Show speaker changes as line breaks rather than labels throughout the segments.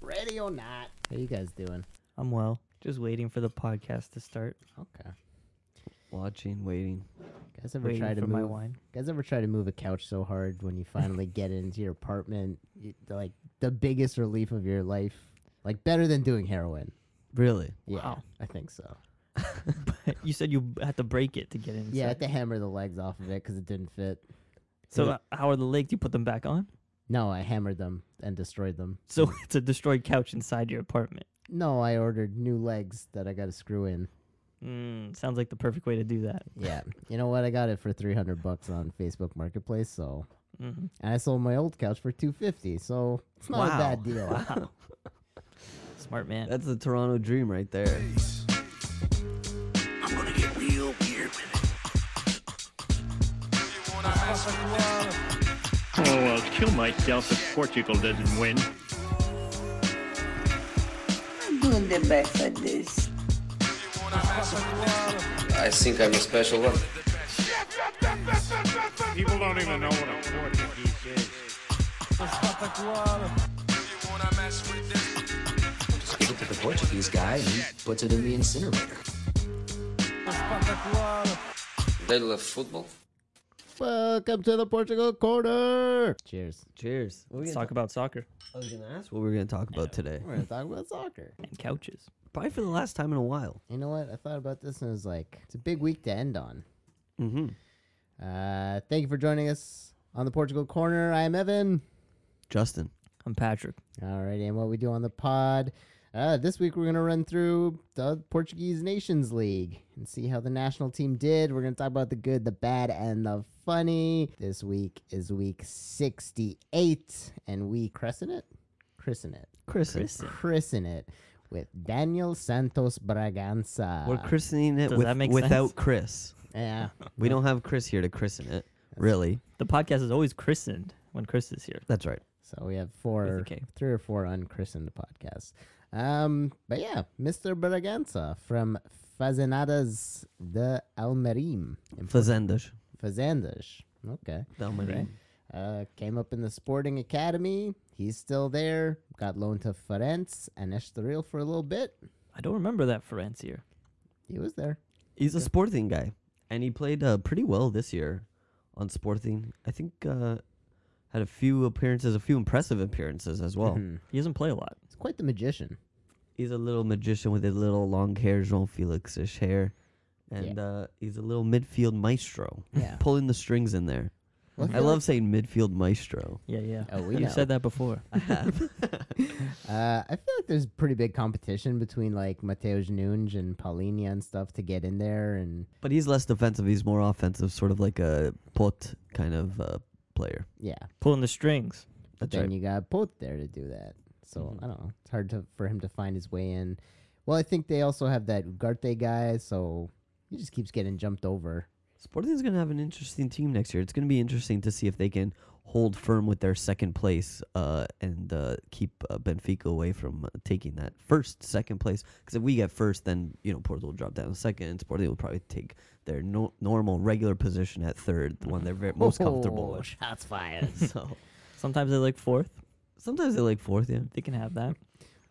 ready or not. How you guys doing?
I'm well. Just waiting for the podcast to start.
Okay.
Watching, waiting.
Guys ever
waiting
try to
for
move?
my wine.
Guys ever try to move a couch so hard when you finally get into your apartment? You, like the biggest relief of your life, like better than doing heroin.
Really?
Yeah,
Wow.
I think so.
you said you b- had to break it to get in.
Yeah, I had to hammer the legs off of it because it didn't fit.
So uh, how are the legs? You put them back on?
No, I hammered them and destroyed them.
So it's a destroyed couch inside your apartment.
No, I ordered new legs that I got to screw in.
Mm, sounds like the perfect way to do that.
Yeah, you know what? I got it for three hundred bucks on Facebook Marketplace. So,
hmm
and I sold my old couch for two fifty. So it's not a bad deal.
Wow. Smart man.
That's the Toronto dream right there.
I'm gonna get real weird with it.
Oh, I'll kill myself if Portugal doesn't win.
doing the best at this.
I think I'm a special one.
People don't even know what a Portuguese is.
You look at the Portuguese guy and he puts it in the incinerator. They love football.
Welcome to the Portugal corner. Cheers.
Cheers. What
Let's talk about soccer
I was gonna ask what we're gonna talk about today.
We're gonna talk about soccer.
and couches.
Probably for the last time in a while.
You know what? I thought about this and it was like, it's a big week to end on.
Mm-hmm.
Uh, thank you for joining us on the Portugal corner. I am Evan.
Justin.
I'm Patrick.
Alrighty, and what we do on the pod. Uh, this week we're gonna run through the Portuguese Nations League and see how the national team did. We're gonna talk about the good, the bad, and the funny. This week is week sixty-eight, and we christen it, christen it,
Chris.
christen it with Daniel Santos Braganza.
We're christening it
Uh, Does
with,
that make
without
sense?
Chris.
yeah,
We don't have Chris here to christen it. Really?
The podcast is always christened when Chris is here.
That's right.
so we have four,
K.
three or four unchristened podcasts. Um, but yeah, Mr. Braganza from Fazenadas de Almerim. in
Fazendas.
Fazandas. Okay. Uh, came up in the Sporting Academy. He's still there. Got loaned to Ferenc and Estoril for a little bit.
I don't remember that Ferenc here.
He was there.
He's a Sporting guy, and he played uh, pretty well this year on Sporting. I think uh, had a few appearances, a few impressive appearances as well.
He doesn't play a lot.
He's quite the magician.
he's a little magician with his little long hair, Jean Felix-ish hair, and uh, he's a little midfield maestro,
Yeah.
pulling the strings in there.
Well, I
I
feel
love saying midfield maestro.
Yeah, yeah.
Oh, we
you
know.
said that before.
Uh, I feel like there's pretty big competition between like Mateusz Nunes and Paulinho and stuff to get in there. And
But he's less defensive. He's more offensive, sort of like a put kind of uh, player.
yeah,
Pulling the strings.
That's
then
right. Mm-hmm.
you got both there to do that. So I don't know. It's hard to, for him to find his way in. Well, I think they also have that Ugarte guy, so he just keeps getting jumped over.
Sporting's going to have an interesting team next year. It's going to be interesting to see if they can hold firm with their second place uh, and uh, keep uh, Benfica away from uh, taking that first, second place. Because if we get first, then you know Porto will drop down to second, and Sporting will probably take their no- normal, regular position at third, the one they're very, most comfortable
Oh,
with.
Shots fired.
So
Sometimes they like fourth.
sometimes they like fourth, yeah.
They can have that.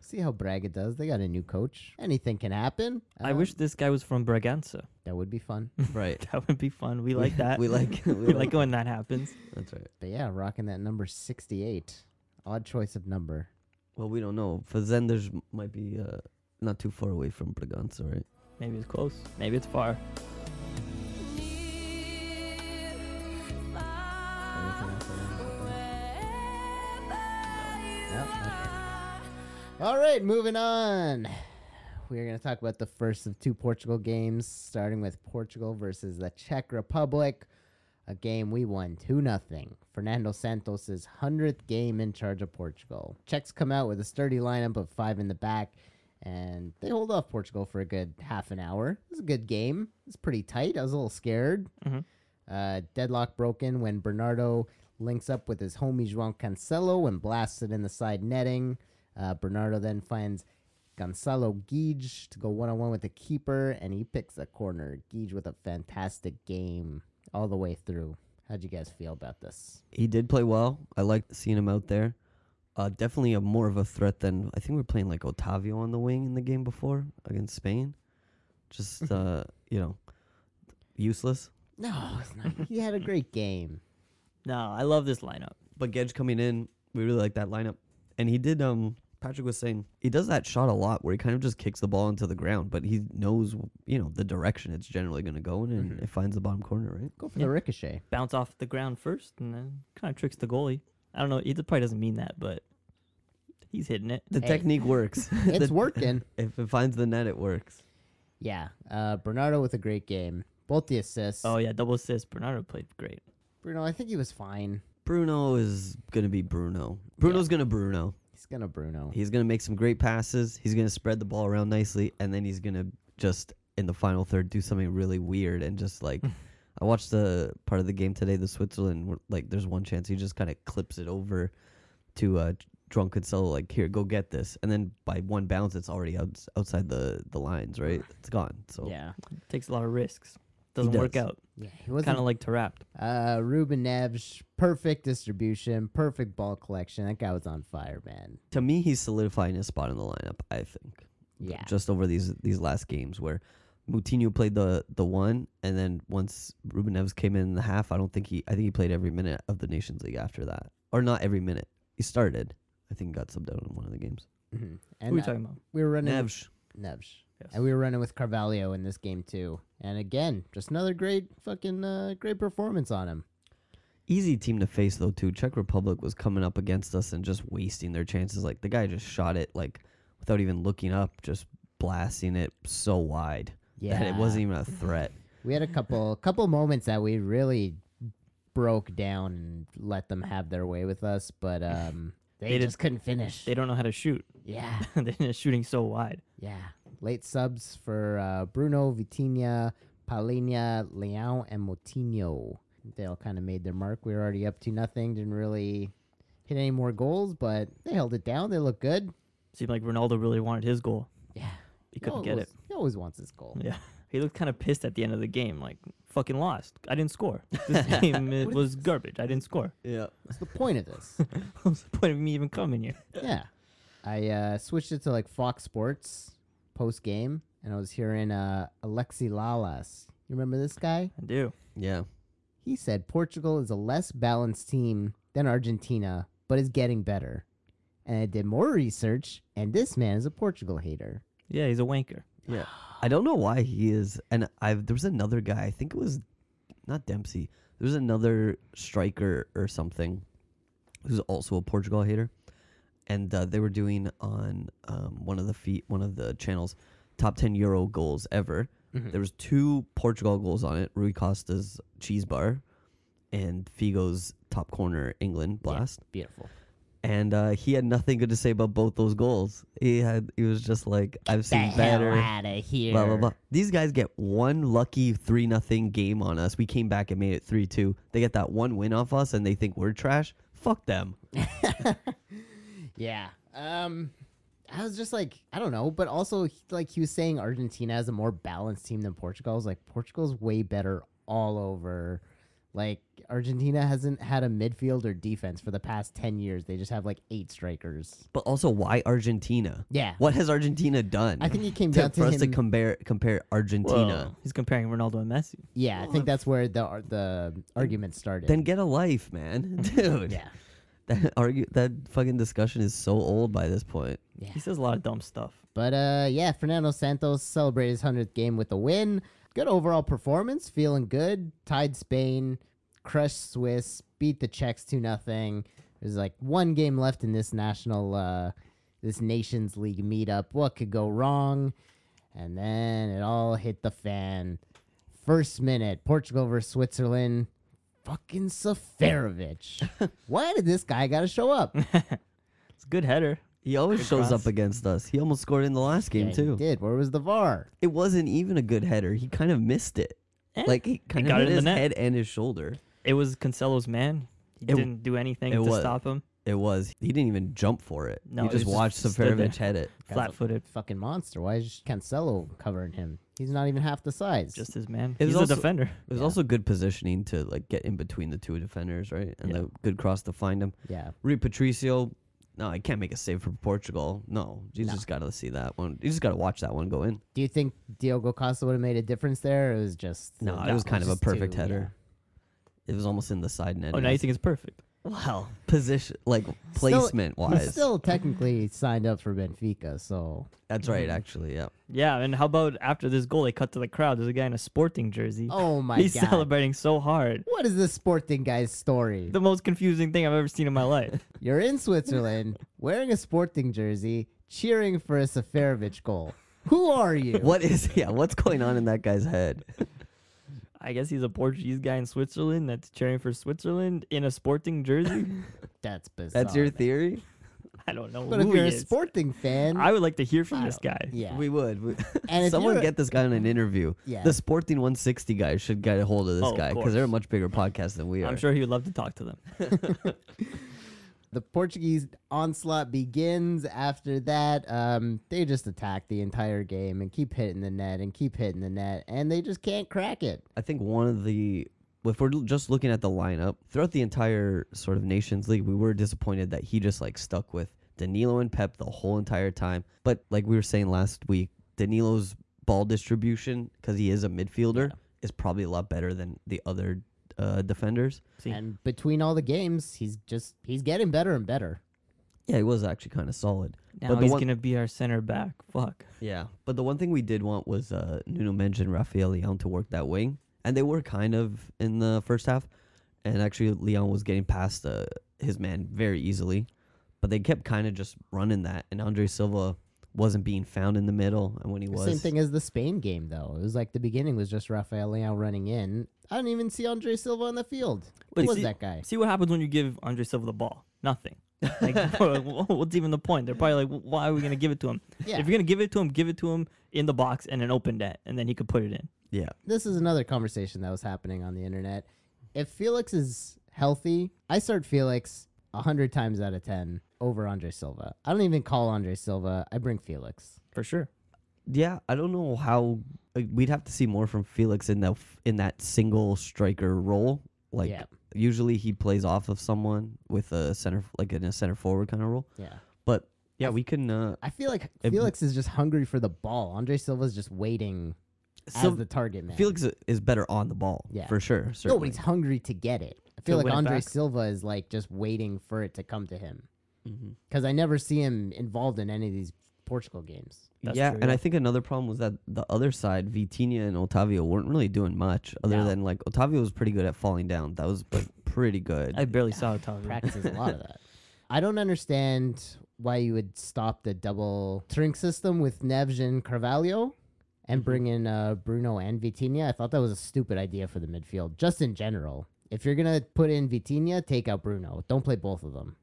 See how Braga does. They got a new coach. Anything can happen.
I
Um,
wish this guy was from Braganza.
that would be fun.
Right.
That would be fun. We like that.
we like we,
we like when that happens.
That's right.
But yeah, rocking that number sixty-eight. Odd choice of number.
Well, we don't know. Fazenders might be uh, not too far away from Braganza, right?
Maybe it's close. Maybe it's far.
Yep, okay. All right, moving on. We are going to talk about the first of two Portugal games, starting with Portugal versus the Czech Republic. A game we won 2 nothing. Fernando Santos' 100th game in charge of Portugal. Czechs come out with a sturdy lineup of five in the back, and they hold off Portugal for a good half an hour. It was a good game. It was pretty tight. I was a little scared. Uh, deadlock broken when Bernardo links up with his homie João Cancelo and blasts it in the side netting. Uh, Bernardo then finds Gonzalo Guige to go one on one with the keeper, and he picks a corner. Guige with a fantastic game all the way through. How'd you guys feel about this?
he did play well. I liked seeing him out there. uh, definitely a more of a threat than I think we were playing like Otavio on the wing in the game before against Spain. Just uh, you know, useless.
No, it's not. he had a great game.
No, I love this lineup.
But Gedge coming in, we really like that lineup, and he did. Um, Patrick was saying he does that shot a lot where he kind of just kicks the ball into the ground, but he knows you know the direction it's generally going to go in,
Mm-hmm.
and it finds the bottom corner, right?
Go for the ricochet.
Bounce off the ground first, and then kind of tricks the goalie. I don't know. He probably doesn't mean that, but he's hitting it.
The
Hey.
technique works.
It's
The-
working.
If it finds the net, it works.
Yeah. Uh, Bernardo with a great game. Both the assists.
Oh yeah, double assist. Bernardo played great.
Bruno, I think he was fine.
Bruno is gonna be Bruno. Bruno's gonna Bruno.
He's gonna Bruno.
He's gonna make some great passes. He's gonna spread the ball around nicely, and then he's gonna just in the final third do something really weird and just like. I watched the part of the game today, the Switzerland. where, Like, there's one chance he just kind of clips it over to uh, Drunk Cancelo. Like, here, go get this, and then by one bounce, it's already outs outside the the lines. Right, it's gone. So
yeah.
Takes a lot of risks. Doesn't work
does.
out.
Yeah. He wasn't
Kind of like Tarapt.
Uh, Ruben Neves, perfect distribution, perfect ball collection. That guy was on fire, man.
to me, he's solidifying his spot in the lineup. I think. th-
Yeah.
Just over these these last games where Moutinho played the the one, and then once Ruben Neves came in the half, I don't think he. I think he played every minute of the Nations League after that, or not every minute. He started. I think he got subbed out in one of the games.
Mhm.
Who
And
are we
uh,
talking about?
we were running
Neves.
Neves.
Yes.
And we were running with Carvalho in this game too. And again, just another great fucking uh, great performance on him.
Easy team to face though too. Czech Republic was coming up against us and just wasting their chances. Like the guy just shot it like without even looking up, just blasting it so wide that it
Yeah.
wasn't even a threat.
We had a couple couple moments that we really broke down and let them have their way with us, but um they,
They did-
just couldn't finish.
They don't know how to shoot.
yeah.
They're shooting so wide.
Yeah. Late subs for uh, Bruno, Vitinha, Paulinha, Leão, and Motinho. They all kind of made their mark. We were already up to nothing. Didn't really hit any more goals, but they held it down. They looked good.
Seemed like Ronaldo really wanted his goal.
Yeah.
He couldn't get it.
He always wants his goal.
Yeah. He looked kind of pissed at the end of the game, like fucking lost. I didn't score. This game it was garbage. I didn't score.
Yeah.
That's the point of this.
What's the point of me even coming here?
yeah. I uh, switched it to like Fox Sports post game, and I was hearing uh, Alexi Lalas. You remember this guy?
I do.
Yeah.
He said Portugal is a less balanced team than Argentina, but is getting better. And I did more research, and this man is a Portugal hater.
Yeah, he's a wanker.
Yeah. I don't know why he is. And I've there was another guy. I think it was not Dempsey. There was another striker or something who's also a Portugal hater. And uh, they were doing on um, one of the feet, one of the channels, top ten Euro goals ever. There was two Portugal goals on it: Rui Costa's cheese bar, and Figo's top corner England blast
Beautiful.
and uh, he had nothing good to say about both those goals. He had he was just like, I've
The
seen
hell
better.
out of here.
Blah blah blah. These guys get one lucky three nothing game on us. We came back and made it three two. They get that one win off us and they think we're trash. Fuck them.
Yeah. Um, I was just like, I don't know, but also he- like he was saying Argentina has a more balanced team than Portugal. I was like, Portugal's way better all over. Like Argentina hasn't had a midfield or defense for the past ten years. They just have like eight strikers.
But also, why Argentina?
Yeah.
What has Argentina done?
I think it came
to,
down to
for us to
him-
compare compare Argentina.
Whoa. He's comparing Ronaldo and Messi.
Yeah, I think that's where the ar- the argument started.
Then get a life, man, dude.
yeah,
That argue that fucking discussion is so old by this point.
Yeah.
He says a lot of dumb stuff.
but uh, yeah, Fernando Santos celebrated his hundredth game with a win. Good overall performance, feeling good. Tied Spain, crushed Swiss, beat the Czechs two nothing. There's like one game left in this national, uh, this Nations League meetup. What could go wrong? And then it all hit the fan. First minute, Portugal versus Switzerland. Fucking Seferovic. Why did this guy got to show up?
It's a good header.
He always
Good
shows
cross.
up against us. He almost scored in the last game
Yeah, he
too.
did. Where was the VAR?
it wasn't even a good header. He kind of missed it.
Eh,
Like he kind of
got
hit
it in the
his
net.
head and his shoulder.
It was Cancelo's man. He
It w-
didn't do anything
it
to
was.
stop him.
It was. He didn't even jump for it.
No,
he
he
just
was
watched
just stood there.
Seferovic head it.
Flat footed.
Fucking monster. Why is Cancelo covering him? He's not even half the size.
Just his man.
It was
He's
also-
a defender.
It was also good positioning to like get in between the two defenders, right? And
Yeah.
the good cross to find him.
yeah.
Rui Patricio, No, I can't make a save for Portugal. No, you just got to see that one. You just got to watch that one go in.
Do you think Diogo Costa would have made a difference there? Or it was just
No, it was kind of a
just
perfect
too- yeah.
header. It was almost in the side net.
Oh, now you think it's perfect.
well, position like
Still-
placement
He's
wise.
still technically signed up for Benfica, so
That's right, actually. Yeah.
Yeah, and how about after this goal, they cut to the crowd. There's a guy in a sporting jersey.
Oh my
He's
God.
celebrating so hard.
what is this sporting guy's story?
The most confusing thing I've ever seen in my life.
You're in Switzerland wearing a sporting jersey, cheering for a Seferovic goal. Who are you?
What is yeah? What's going on in that guy's head?
I guess he's a Portuguese guy in Switzerland that's cheering for Switzerland in a sporting jersey.
That's bizarre.
That's your theory.
I don't know.
But
who
if you're
he
a
is.
sporting fan,
I would like to hear from
I
this
don't-
guy.
yeah,
We would. We-
And if
Someone
you're-
get this guy on an interview.
Yeah.
The Sporting 160 guys should get a hold of this
Oh, of
guy because they're a
course.
much bigger podcast than we are.
I'm sure he would love to talk to them.
the Portuguese onslaught begins. After that, um, they just attack the entire game and keep hitting the net and keep hitting the net, and they just can't crack it.
I think one of the if we're l- just looking at the lineup throughout the entire sort of Nations League, we were disappointed that he just like stuck with Danilo and Pep the whole entire time. But like we were saying last week, Danilo's ball distribution because he is a midfielder is probably a lot better than the other uh, defenders.
See.
And between all the games, he's just he's getting better and better.
Yeah, he was actually kind of solid.
Now
but the
he's
one,
gonna be our center back. Fuck.
Yeah, but the one thing we did want was uh, Nuno mentioned Rafael Leon to work that wing, and they were kind of in the first half, and actually Leon was getting past uh, his man very easily, but they kept kind of just running that, and Andre Silva wasn't being found in the middle, and when he was,
Same thing as the Spain game, though. It was like the beginning was just Rafael Leão running in. I didn't even see Andre Silva on the field. Who
But
was
see-
that guy?
See what happens when you give Andre Silva the ball. Nothing. Like, wha- wha- what's even the point? They're probably like, "Wh- why are we gonna give it to him?
Yeah.
If you're gonna give it to him, give it to him in the box and an open net, and then he could put it in.
yeah,
This is another conversation that was happening on the internet. If Felix is healthy, I start Felix hundred times out of ten over Andre Silva. I don't even call Andre Silva. I bring Felix.
For sure.
yeah, I don't know how uh, we'd have to see more from Felix in that f- in that single striker role, like.
Yeah.
Usually he plays off of someone with a center, like in a center forward kind of role.
Yeah.
But yeah, we can. Uh,
I feel like
If-
Felix is just hungry for the ball. Andre Silva's just waiting
Sil-
as the target man.
Felix i- is better on the ball,
Yeah.
for sure.
no, but
Certainly.
he's hungry to get it. I feel like
To win it
Andre
back.
Silva is like just waiting for it to come to him.
Mm-hmm.
because I never see him involved in any of these Portugal games.
That's
yeah,
true,
and
yeah.
I think another problem was that the other side, Vitinha and Otavio, weren't really doing much other
No.
than like Otavio was pretty good at falling down. That was like, pretty good.
I barely saw it. Tommy.
Practices a lot of that. I don't understand why you would stop the double Turing system with Neves and Carvalho and bring in uh, Bruno and Vitinha. I thought that was a stupid idea for the midfield, just in general. If you're gonna put in Vitinha, take out Bruno. Don't play both of them.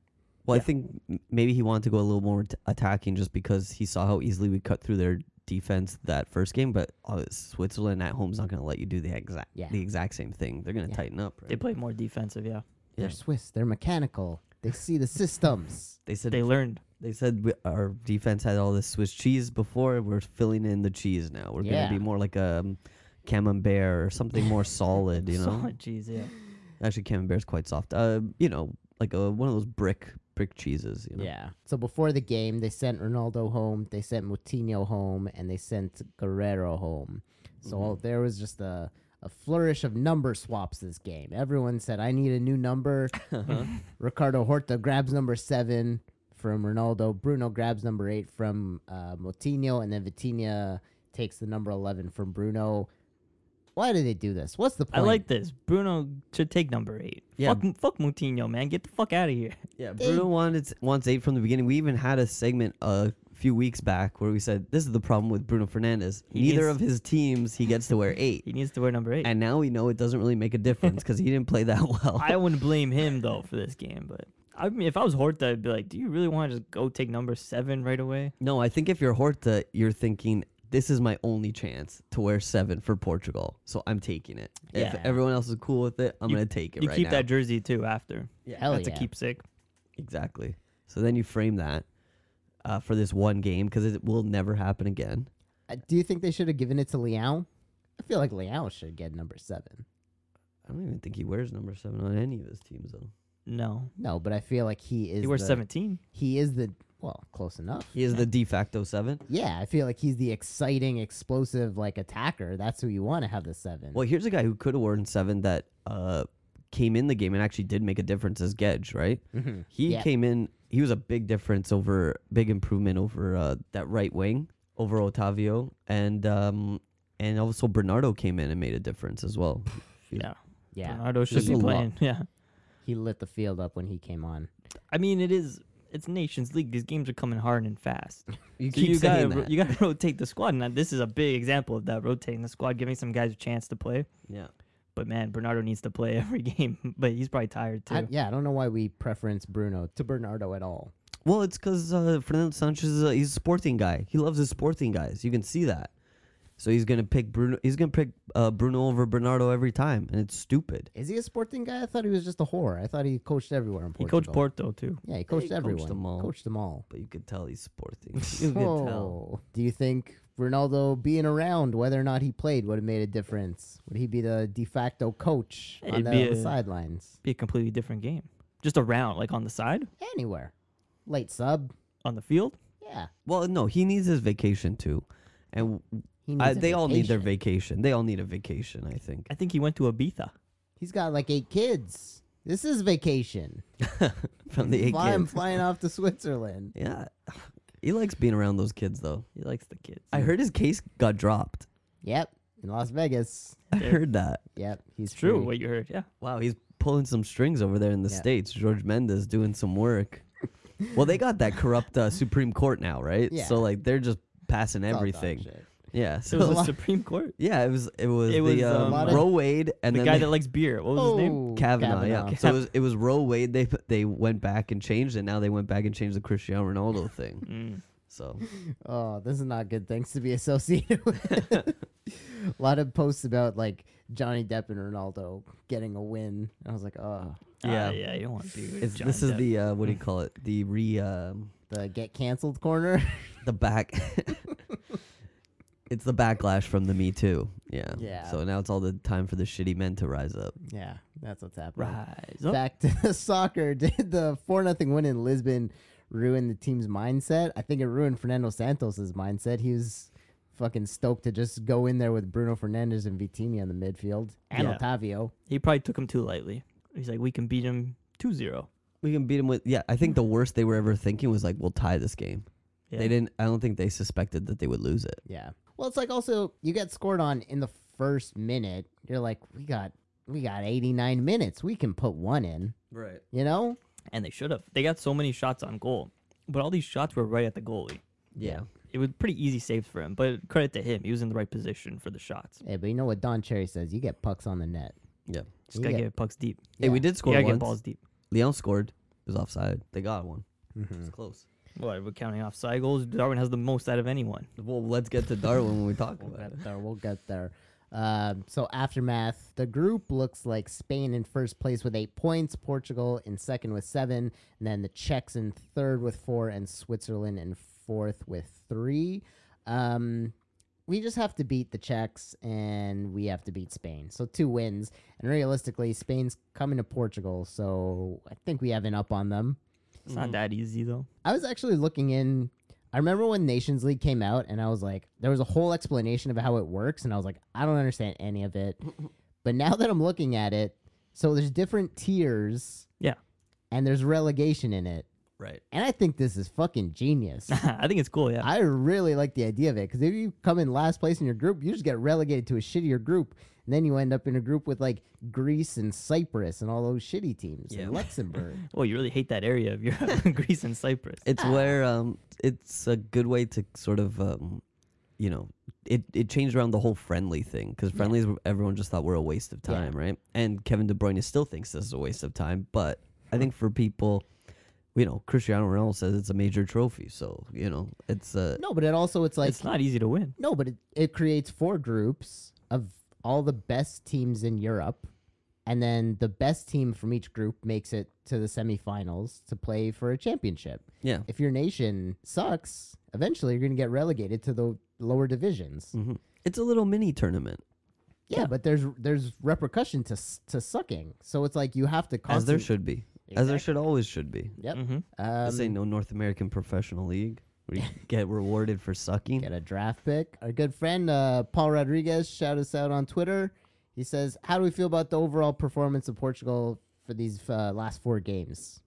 well, I think m- maybe he wanted to go a little more t- attacking just because he saw how easily we cut through their defense that first game. But uh, Switzerland at home's not going to let you do the exact
Yeah.
the exact same thing. They're going to
Yeah.
tighten up.
They
Right?
played more defensive. Yeah.
Yeah.
They're Swiss. They're mechanical. They see the systems.
They said
They learned.
They said we, our defense had all this Swiss cheese before. We're filling in the cheese now. We're going to
Yeah.
be more like a um, camembert or something more solid, you know?
Solid cheese. Yeah.
Actually, camembert's quite soft. Uh, you know, like a, one of those brick brick cheeses, you know?
Yeah. So before the game, they sent Ronaldo home, they sent Moutinho home, and they sent Guerrero home.
Mm-hmm.
So there was just a, a flourish of number swaps this game. Everyone said, I need a new number.
Uh-huh.
Ricardo Horta grabs number seven from Ronaldo. Bruno grabs number eight from uh, Moutinho. And then Vitinha takes the number 11 from Bruno. Why do they do this? What's the point?
I like this. Bruno should take number eight.
Yeah.
Fuck, fuck Moutinho, man. Get the fuck out of here.
Yeah, Bruno wanted wants eight from the beginning. We even had a segment a few weeks back where we said this is the problem with Bruno Fernandez. Neither
needs-
of his teams he gets to wear
He
eight,
needs to wear number eight.
and now we know it doesn't really make a difference because he didn't play that well.
I wouldn't blame him though for this game, but I mean, if I was Horta, I'd be like, "Do you really want to just go take number seven right away?"
No, I think if you're Horta, you're thinking this is my only chance to wear seven for Portugal, so I'm taking it.
Yeah.
If everyone else is cool with it, I'm
You-
gonna take it.
You
right
keep
now. Oh,
that jersey too after. Yeah,
Hell
that's
yeah.
a keepsake.
exactly. So then you frame that uh, for this one game because it will never happen again.
Uh, Do you think they should have given it to Leão? I feel like Leão should get number seven.
I don't even think he wears number seven on any of his teams though.
No,
No, but I feel like he is.
he wears
the-
17.
He is the well, close enough.
He is the de facto seven.
Yeah, I feel like he's the exciting, explosive, like attacker. That's who you want to have the seven.
Well, here's a guy who could have worn seven that uh, came in the game and actually did make a difference as Gedge, right? He
Mm-hmm. Yeah.
came in. He was a big difference over, big improvement over uh, that right wing over Otavio, and um, and also Bernardo came in and made a difference as well.
Yeah,
yeah,
Bernardo should
There's
be
a lot.
playing. Yeah,
he lit the field up when he came on.
I mean it is. It's Nations League. These games are coming hard and fast.
You
So
keep
you
saying
gotta ro-
that.
you gotta rotate the squad. Now this is a big example of that rotating the squad, giving some guys a chance to play.
yeah.
But man, Bernardo needs to play every game. But he's probably tired too.
I, yeah, I don't know why we preference Bruno to Bernardo at all.
Well, it's because uh, Fernando Sanchez is a, he's a sporting guy. He loves his sporting guys. You can see that. So he's gonna pick Bruno. He's gonna pick uh, Bruno over Bernardo every time, and it's stupid.
Is he a sporting guy? I thought he was just a whore. I thought he coached everywhere in
he
Portugal.
coached Porto too.
Yeah, he coached
coached
everyone.
them all.
Coached them all.
But you could tell he's sporting. You could
Oh,
tell.
do you think Ronaldo being around, whether or not he played, would have made a difference? Would he be the de facto coach on
It'd
the,
be
on the
a-
sidelines?
Be a completely different game. Just around, like on the side,
Anywhere. Late sub.
on the field.
Yeah.
Well, no, he needs his vacation too, and
He
I,
needs a
they all need their
vacation.
vacation. They all need a vacation, I think.
I think he went to Ibiza.
He's got like eight kids. This is vacation.
From the eight
Fly, I'm
kids,
flying off to Switzerland.
yeah, he likes being around those kids though.
He likes the kids.
I heard his case got dropped.
Yep. In Las Vegas.
I
Yeah.
heard that.
Yep. He's
It's true
free.
what you heard. Yeah.
Wow, he's pulling some strings over there in the
Yeah.
states. George Mendes doing some work. well, they got that corrupt uh, Supreme Court now, right?
Yeah.
So like they're just passing
It's all dog
everything.
shit.
Yeah.
It
So
was the Supreme Court.
yeah, it was it was
It
the
was,
uh,
um, A lot of-
Roe Wade and
The
then
guy
they-
that likes beer. What was his name?
Oh,
Kavanaugh,
Kavanaugh.
yeah. So it was, it was Roe Wade. They put- they went back and changed it. Now they went back and changed the Cristiano Ronaldo thing.
Mm.
So
Oh, this is not good things to be associated with. a lot of posts about like Johnny Depp and Ronaldo getting a win. And I was like, oh,
Ah,
Yeah.
yeah. You don't want to be. With
it's,
Johnny
this is
Depp.
the uh, what do you call it? The re um,
the get canceled corner.
the back. it's the backlash from the Me Too. Yeah.
Yeah.
So now it's all the time for the shitty men to rise up.
yeah, that's what's happening.
rise up.
Back to soccer. Did the 4 nothing win in Lisbon ruin the team's mindset? I think it ruined Fernando Santos's mindset. He was fucking stoked to just go in there with Bruno Fernandes and Vitinha in the midfield and
Yeah.
Otavio.
He probably took him too lightly. He's like, we can beat him 2-0.
We can beat them with yeah. I think the worst they were ever thinking was like we'll tie this game.
Yeah.
They didn't. I don't think they suspected that they would lose it.
Yeah. Well, it's like also you get scored on in the first minute. You're like, we got we got 89 minutes. We can put one in.
Right.
You know?
and they should have. They got so many shots on goal, but all these shots were right at the goalie.
Yeah.
It was pretty easy saves for him, but credit to him, he was in the right position for the shots.
Yeah, Eh, but you know what Don Cherry says? You get pucks on the net.
Yeah.
Just gotta
Yeah.
get pucks deep.
Hey, we
Yeah.
did
You
score
gotta get
once.
balls deep.
Leon scored. It was offside. They got one. It was close.
What we're counting off side goals. Darwin has the most out of anyone.
Well, let's get to Darwin when we talk about it.
Get there. We'll get there. Um, so aftermath, the group looks like Spain in first place with eight points, Portugal in second with seven, and then the Czechs in third with four, and Switzerland in fourth with three. Um, we just have to beat the Czechs and we have to beat Spain. So two wins, and realistically, Spain's coming to Portugal, so I think we have an up on them.
It's not that easy though.
I was actually looking in. I remember when Nations League came out, and I was like, there was a whole explanation of how it works, and I was like, I don't understand any of it. but now that I'm looking at it, so there's different tiers,
Yeah,
and there's relegation in it,
Right.
and I think this is fucking genius.
I think it's cool. Yeah,
I really like the idea of it because if you come in last place in your group, you just get relegated to a shittier group, and then you end up in a group with like Greece and Cyprus and all those shitty teams,
Yeah.
and Luxembourg.
well, you really hate that area of Europe, Greece and Cyprus.
It's
Ah.
where um, it's a good way to sort of um, you know, it it changed around the whole friendly thing because friendlies were- everyone just thought were a waste of
Yeah.
time, right? And Kevin De Bruyne still thinks this is a waste of time, but I think for people. You know, Cristiano Ronaldo says it's a major trophy, so you know it's a
no, but it also it's like
it's not easy to win.
No, but it, it creates four groups of all the best teams in Europe. And then the best team from each group makes it to the semifinals to play for a championship.
yeah.
If your nation sucks, eventually you're going to get relegated to the lower divisions.
hmm It's a little mini tournament,
Yeah, but there's there's repercussion to s- to sucking. So it's like you have to
as there
constant-
should be. as there
Exact-
should always should be.
Yep.
Mhm.
this ain't
Um,
no North American professional league where you get rewarded for sucking.
get a draft pick. Our good friend uh, Paul Rodriguez shout us out on Twitter. He says, "How do we feel about the overall performance of Portugal for these uh, last four games?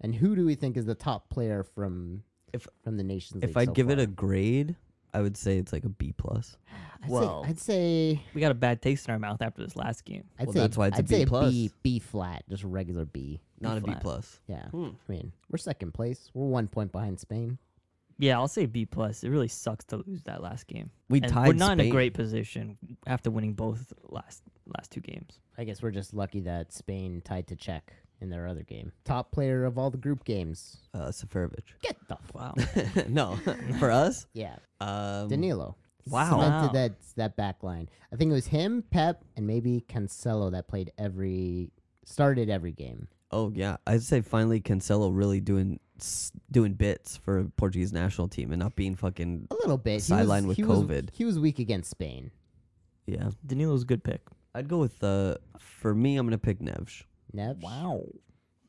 And who do we think is the top player from
If-
from the nations?"
If I give it a grade, I would say it's like a B plus.
I'd
Whoa.
say, I'd say,
We got a bad taste in our mouth after this last game.
I'd
Well,
say,
that's why it's a
I'd say
B plus.
B, B flat, just regular B.
Not a B
flat.
plus.
Yeah, I mean, we're second place. We're one point behind Spain.
Yeah, I'll say B plus. It really sucks to lose that last game.
We
And
tied
We're not in a
Spain.
great position after winning both last last two games.
I guess we're just lucky that Spain tied to Czech in their other game. Top player of all the group games.
Uh, Seferovic.
Get the fuck.
Wow.
no, for us.
Yeah, Mm.
Um,
Danilo.
Wow.
cemented
Wow.
that that back line. I think it was him, Pep, and maybe Cancelo that played every started every game.
Oh yeah, I'd say finally Cancelo really doing s- doing bits for a Portuguese national team and not being fucking
A little bit. He was-
Sideline with
he was-
COVID.
he was weak against Spain.
yeah.
Danilo's a good pick.
I'd go with uh for me I'm gonna pick Neves.
Nev,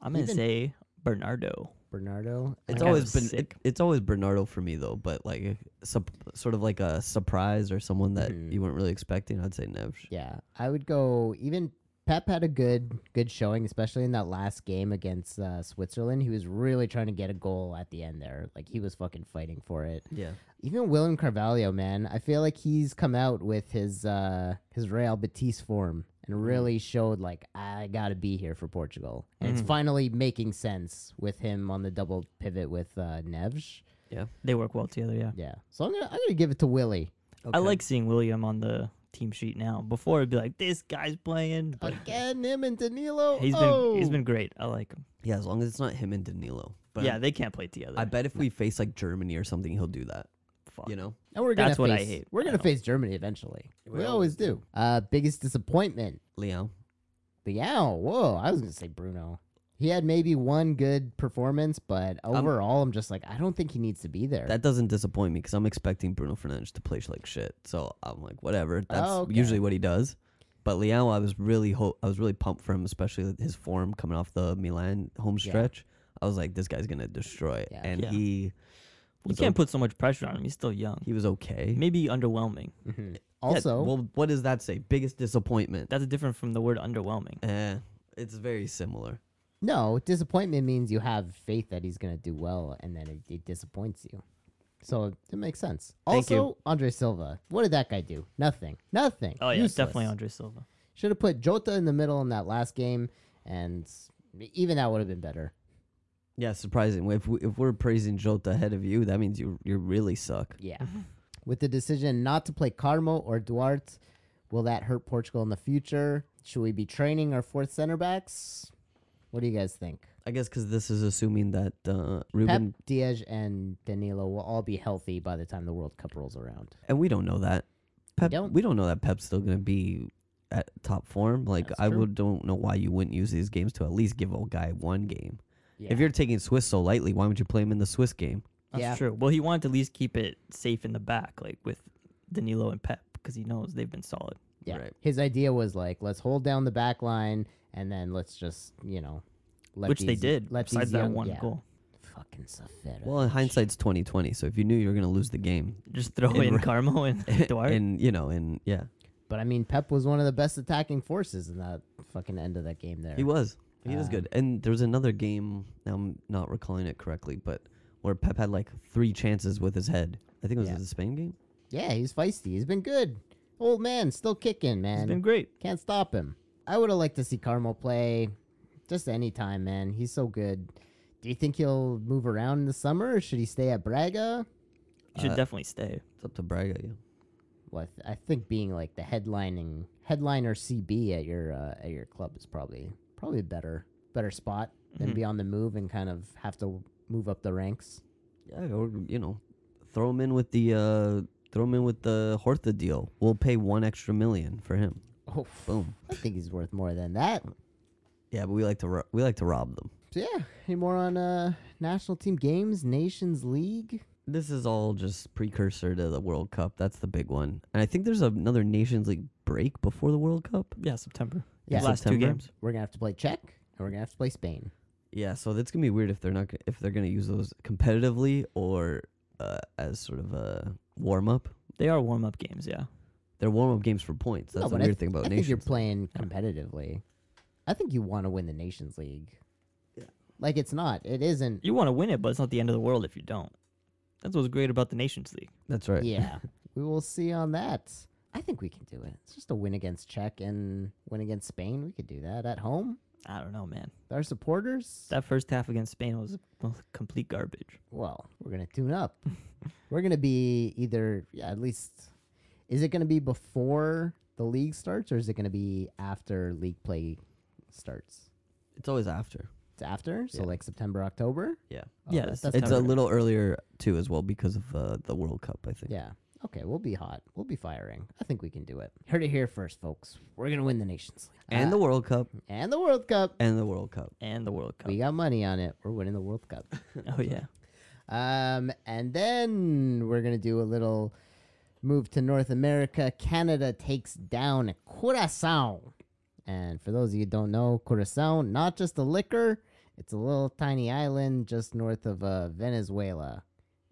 I'm gonna
Even-
say Bernardo.
Bernardo.
That
It's
guy
always
was
been it-
sick.
it's always Bernardo for me though, but like a sup- sort of like a surprise or someone that
Hmm.
you weren't really expecting. I'd say Neves.
Yeah, I would go. Even Pep had a good good showing, especially in that last game against uh, Switzerland. He was really trying to get a goal at the end there. Like he was fucking fighting for it.
Yeah.
Even Willem Carvalho, man, I feel like he's come out with his uh his Real Betis form and
Mm.
really showed like I gotta be here for Portugal. And
Mm.
it's finally making sense with him on the double pivot with uh Neves.
They work well together, yeah.
Yeah. So I'm gonna I'm gonna give it to Willie.
I like seeing William on the team sheet now. Before it'd be like, this guy's playing. But
Again, him and Danilo.
he's
Uh, oh!
been he's been great. I like him.
Yeah, as long as it's not him and Danilo. But
yeah,
I,
they can't play together.
I bet if we face like Germany or something, he'll do that.
Fuck.
You know.
Oh. And we're gonna
That's what I
face-
hate.
We're
I
gonna
know.
face Germany eventually. We,
We
always
always
do. Uh biggest disappointment.
Leo.
But yeah, whoa, I was gonna say Bruno. He had maybe one good performance, but overall, I'm just like, I don't think he needs to be there.
Um, That doesn't disappoint me because I'm expecting Bruno Fernandes to play sh- like shit. So I'm like, whatever. That's
Oh, okay.
usually what he does. But Liao, I was really ho- I was really pumped for him, especially with his form coming off the Milan home
Yeah.
stretch. I was like, this guy's gonna destroy. it.
Yeah.
And
Yeah.
he
You
was
can't
okay.
put so much pressure on him. He's still young.
he was okay.
Maybe underwhelming.
Yeah,
also,
well, what does that say? Biggest disappointment.
That's different from the word underwhelming.
Eh, it's very similar.
no, disappointment means you have faith that he's gonna do well, and then it, it disappoints you. So it makes sense.
Thank you.
also, Andre Silva. What did that guy do? Nothing. Nothing.
Oh yeah, definitely Andre Silva.
Should have put Jota in the middle in that last game, and even that would have been better.
Yeah, surprising. If we, if we're praising Jota ahead of you, that means you you really suck.
Yeah. With the decision not to play Carmo or Duarte, will that hurt Portugal in the future? Should we be training our fourth center backs? What do you guys think?
I guess because this is assuming that uh,
Pep,
Ruben
Diaz, and Danilo will all be healthy by the time the World Cup rolls around.
and we don't know that. Pep,
don't?
we don't know that Pep's still gonna be at top form. Like
That's
I
true.
would don't know why you wouldn't use these games to at least give a guy one game.
Yeah.
If you're taking Swiss so lightly, why would you play him in the Swiss game?
That's
Yeah.
true. Well, he wanted to at least keep it safe in the back, like with Danilo and Pep, because he knows they've been solid.
Yeah.
Right.
His idea was like, let's hold down the back line and then let's just, you know, let
Which they
these-
did.
Let
besides
these
that
young-
one
yeah.
goal,
Fucking Safeta.
Well, in hindsight's twenty twenty. So if you knew you were gonna lose the game,
just throw
And
in
Ra-
Carmo and Duarte.
and you know, and yeah,
but I mean, Pep was one of the best attacking forces in that fucking end of that game there. Uh.
he was he was good. And there was another game. Now I'm not recalling it correctly, but where Pep had like three chances with his head. I think it was
Yeah.
the Spain game.
Yeah, he's feisty. He's been good. Old man, still kicking, man.
it's been great.
Can't stop him. I would have liked to see Carmel play just any time, man. He's so good. Do you think he'll move around in the summer or should he stay at Braga?
He
uh,
should definitely stay.
It's up to Braga. Yeah.
Well, I, th- I think being like the headlining headliner CB at your uh, at your club is probably probably a better better spot than be on the move and kind of have to move up the ranks.
Yeah, or you know, throw him in with the uh, throw him in with the Hortha deal. We'll pay one extra million for him.
Oh,
Boom.
I think he's worth more than that.
Yeah, but we like to ro- we like to rob them.
So yeah, any more on uh, national team games, Nations League?
This is all just precursor to the World Cup. That's the big one, and I think there's another Nations League break before the World Cup.
Yeah, September.
Yeah.
Last two
September.
games.
We're gonna have to play Czech and we're gonna have to play Spain.
Yeah, so that's gonna be weird if they're not g- if they're gonna use those competitively or uh, as sort of a warm up.
They are warm up games, yeah.
They're warm up games for points. That's
No,
the
Oh, but
weird
I th-
thing about
I think you're
nations.
playing competitively. I think you want to win the Nations League. Like it's not. It isn't.
You want to win it, but it's not the end of the world if you don't. That's what's great about the Nations League.
That's right.
Yeah. we will see on that. I think we can do it. It's just a win against Czech and win against Spain. We could do that at home.
I don't know, man.
Our supporters.
That first half against Spain was both complete garbage.
well, we're gonna tune up. we're gonna be either yeah, at least is it gonna be before the league starts or is it gonna be after league play starts?
It's always after.
It's after, so like September, October.
Yeah.
Oh,
Yeah,
that-
it's
that's
It's a
September.
little earlier too as well because of uh, the World Cup, I think.
Yeah. Okay, we'll be hot. We'll be firing. I think we can do it. Heard it here first, folks. We're gonna win the Nations League
And the World Cup
and the World Cup.
and the World Cup.
And the World Cup.
We got money on it. We're winning the World Cup.
Oh, yeah.
Um, and then we're gonna do a little move to North America. Canada takes down Curaçao. And for those of you who don't know, Curaçao not just a liquor; it's a little tiny island just north of uh, Venezuela.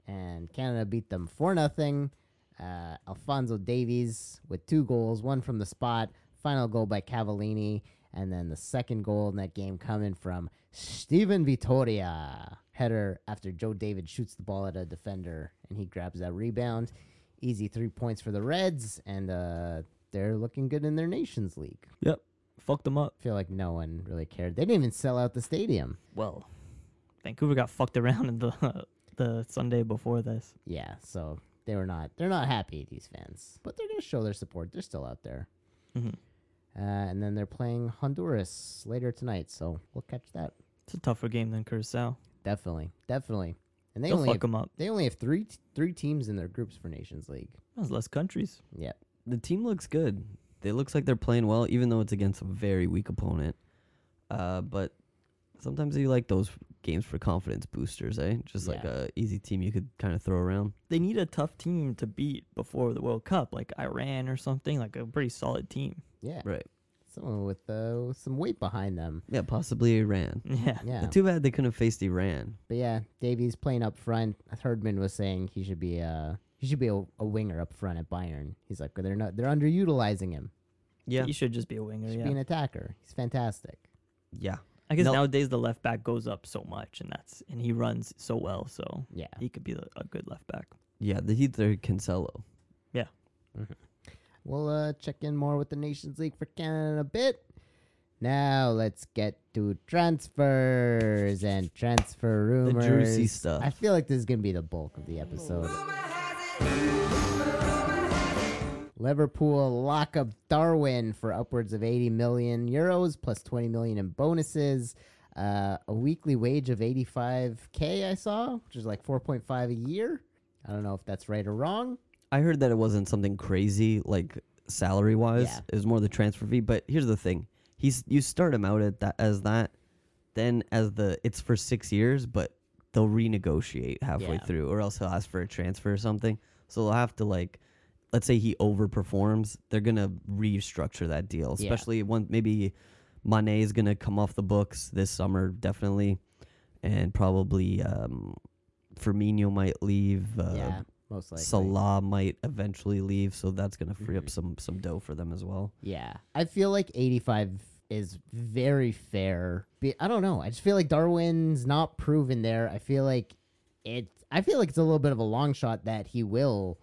And Canada beat them for nothing. Uh, Alfonso Davies with two goals, one from the spot, final goal by Cavallini, and then the second goal in that game coming from Steven Vitoria. Header after Joe David shoots the ball at a defender and he grabs that rebound. Easy three points for the Reds, and uh, they're looking good in their Nations League.
Yep. Fucked them up.
I feel like no one really cared. They didn't even sell out the stadium.
Well, Vancouver got fucked around in the the Sunday before this.
Yeah, so they were not. They're not happy these fans, but they're gonna show their support. They're still out there.
Mhm.
Uh, and then they're playing Honduras later tonight, so we'll catch that.
It's a tougher game than Curacao.
Definitely, definitely. And they
They'll
only
fuck
have,
them up.
they only have three t- three teams in their groups for Nations League.
There's less countries.
Yep.
The team looks good. They looks like they're playing well, even though it's against a very weak opponent. Uh, but sometimes you like those games for confidence boosters, eh? Just like
Yeah.
a easy team you could kind of throw around.
They need a tough team to beat before the World Cup, like Iran or something, like a pretty solid team.
Yeah.
Right.
Someone with uh, some weight behind them.
Yeah, possibly Iran.
Yeah.
Mm, Yeah.
Uh, Too bad they couldn't have faced Iran.
But yeah, Davies playing up front. Herdman was saying he should be uh he should be a, a winger up front at Bayern. He's like they're not they're underutilizing him.
Yeah.
He should just be a winger.
Should
Yeah.
be an attacker. He's fantastic.
Yeah.
I guess
No.
nowadays the left back goes up so much, and that's and he runs so well, so
Yeah.
he could be the- a good left back.
Yeah, the Heat are Cancelo.
We'll uh, check in more with the Nations League for Canada in a bit. Now let's get to transfers and transfer
The
rumors.
juicy stuff.
I feel like this is gonna be the bulk of the episode. Liverpool lock up Darwin for upwards of 80 million euros plus 20 million in bonuses. Uh, a weekly wage of 85k I saw, which is like 4.5 a year. I don't know if that's right or wrong.
I heard that it wasn't something crazy like salary wise.
Yeah.
It was more the transfer fee. But here's the thing: he's you start him out at that as that, then as the it's for six years, but they'll renegotiate halfway
Yeah.
through, or else he'll ask for a transfer or something. So they'll have to like, let's say he overperforms, they're gonna restructure that deal,
Yeah.
especially one maybe Mane is gonna come off the books this summer definitely, and probably um, Firmino might leave. Uh,
yeah, most likely.
Salah might eventually leave, so that's gonna free up some some dough for them as well.
Yeah. I feel like 85 is very fair. Be- I don't know. I just feel like Darwin's not proven there. I feel like it I feel like it's a little bit of a long shot that he will,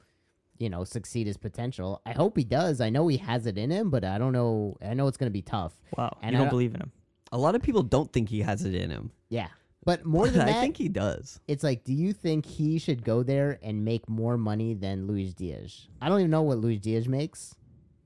you know, succeed his potential. I hope he does. I know he has it in him, but I don't know. I know it's going to be tough.
Wow,
And
you
I
don't
don't-
believe in him?
A lot of people don't think he has it in him.
Yeah. But more than
I
that,
think he does.
it's like, do you think he should go there and make more money than Luis Diaz? I don't even know what Luis Diaz makes,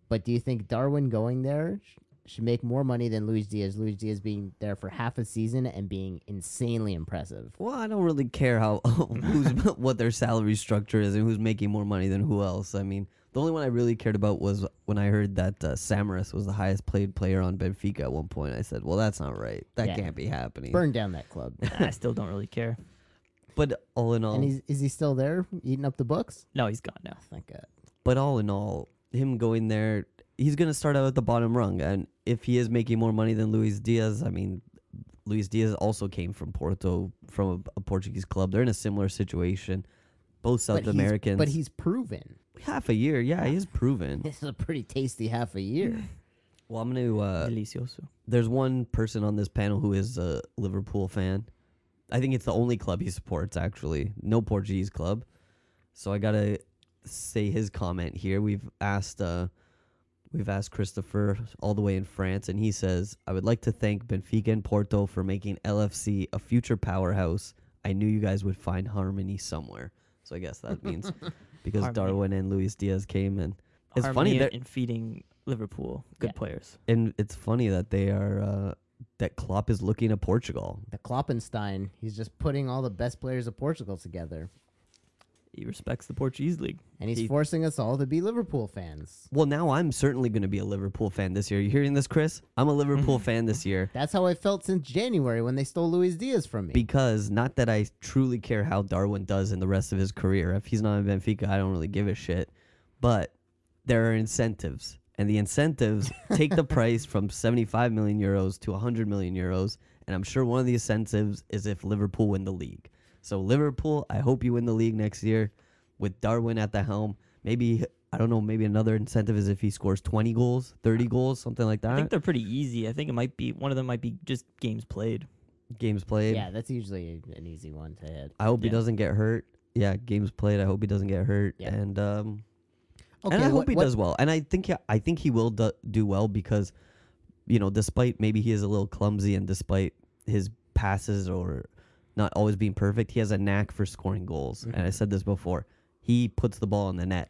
but do you think Darwin going there sh- should make more money than Luis Diaz? Luis Diaz being there for half a season and being insanely impressive.
Well, I don't really care how who's what their salary structure is and who's making more money than who else. I mean, the only one I really cared about was when I heard that uh, Samaras was the highest played player on Benfica at one point. I said, "Well, that's not right. That
Yeah.
can't be happening."
Burn down that club.
I still don't really care.
But all in all,
and he's, is he still there eating up the books?
No, he's gone now.
Thank God.
But all in all, him going there, he's going to start out at the bottom rung. And if he is making more money than Luis Diaz, I mean, Luis Diaz also came from Porto, from a, a Portuguese club. They're in a similar situation. Both South
but he's-
Americans.
But he's proven.
half a year. Yeah, he is proven.
This is a pretty tasty half a year.
Well, I'm gonna. Uh,
Delicioso.
there's one person on this panel who is a Liverpool fan. I think it's the only club he supports, actually. No Portuguese club. So I gotta say his comment here. We've asked uh we've asked Christopher all the way in France and he says, I would like to thank Benfica and Porto for making LFC a future powerhouse. I knew you guys would find harmony somewhere. So I guess that means because
Harmony.
Darwin and Luis Diaz came and it's
Harmony
funny
in-
that
in feeding Liverpool good
Yeah.
players.
and it's funny that they are uh, that Klopp is looking at Portugal.
The Kloppenstein, he's just putting all the best players of Portugal together.
He respects the Portuguese league.
And he's
He-
forcing us all to be Liverpool fans.
Well, now I'm certainly going to be a Liverpool fan this year. You hearing this, Chris? I'm a Liverpool fan this year
That's how I felt since January when they stole Luis Diaz from me.
because not that I truly care how Darwin does in the rest of his career. If he's not in Benfica, I don't really give a shit. But there are incentives, and the incentives take the price from 75 million euros to 100 million euros. And I'm sure one of the incentives is if Liverpool win the league. So Liverpool, I hope you win the league next year with Darwin at the helm. Maybe I don't know. Maybe another incentive is if he scores 20 goals, 30 goals, something like
I
that.
think they're pretty easy. I think it might be one of them might be just games played.
Games played.
yeah, that's usually an easy one to hit.
I hope he
Yeah.
doesn't get hurt. Yeah, games played. I hope he doesn't get hurt.
Yeah.
And um, and I
what-
hope he
what-
does well. And I think he- I think he will do, do well because, you know, despite maybe he is a little clumsy and despite his passes or not always being perfect, he has a knack for scoring goals.
Mm-hmm.
And I said this before. He puts the ball in the net.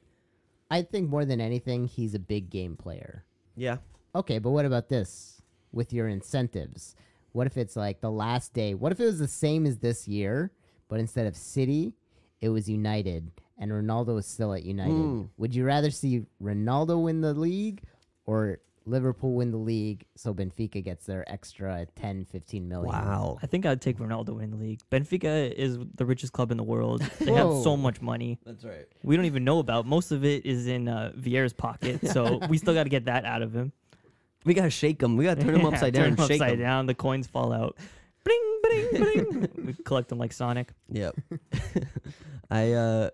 I think more than anything, he's a big game player.
Yeah.
Okay, but what about this with your incentives? What if it's like the last day? What if it was the same as this year, but instead of City, it was United and Ronaldo is still at United?
Hmm.
Would you rather see Ronaldo win the league or Liverpool win the league so Benfica gets their extra 10, 15 million?
Wow.
I think I'd take Ronaldo in the league. Benfica is the richest club in the world. They have so
Whoa.
much money.
That's right.
We don't even know about. Most of it is in uh, Vieira's pocket, so we still got to get that out of him.
We gotta shake him. We gotta turn him
Yeah,
upside down.
Turn
and
him
shake
upside
him.
down. The coins fall out. Bling, bling, bling. we collect them like Sonic.
Yep. I uh,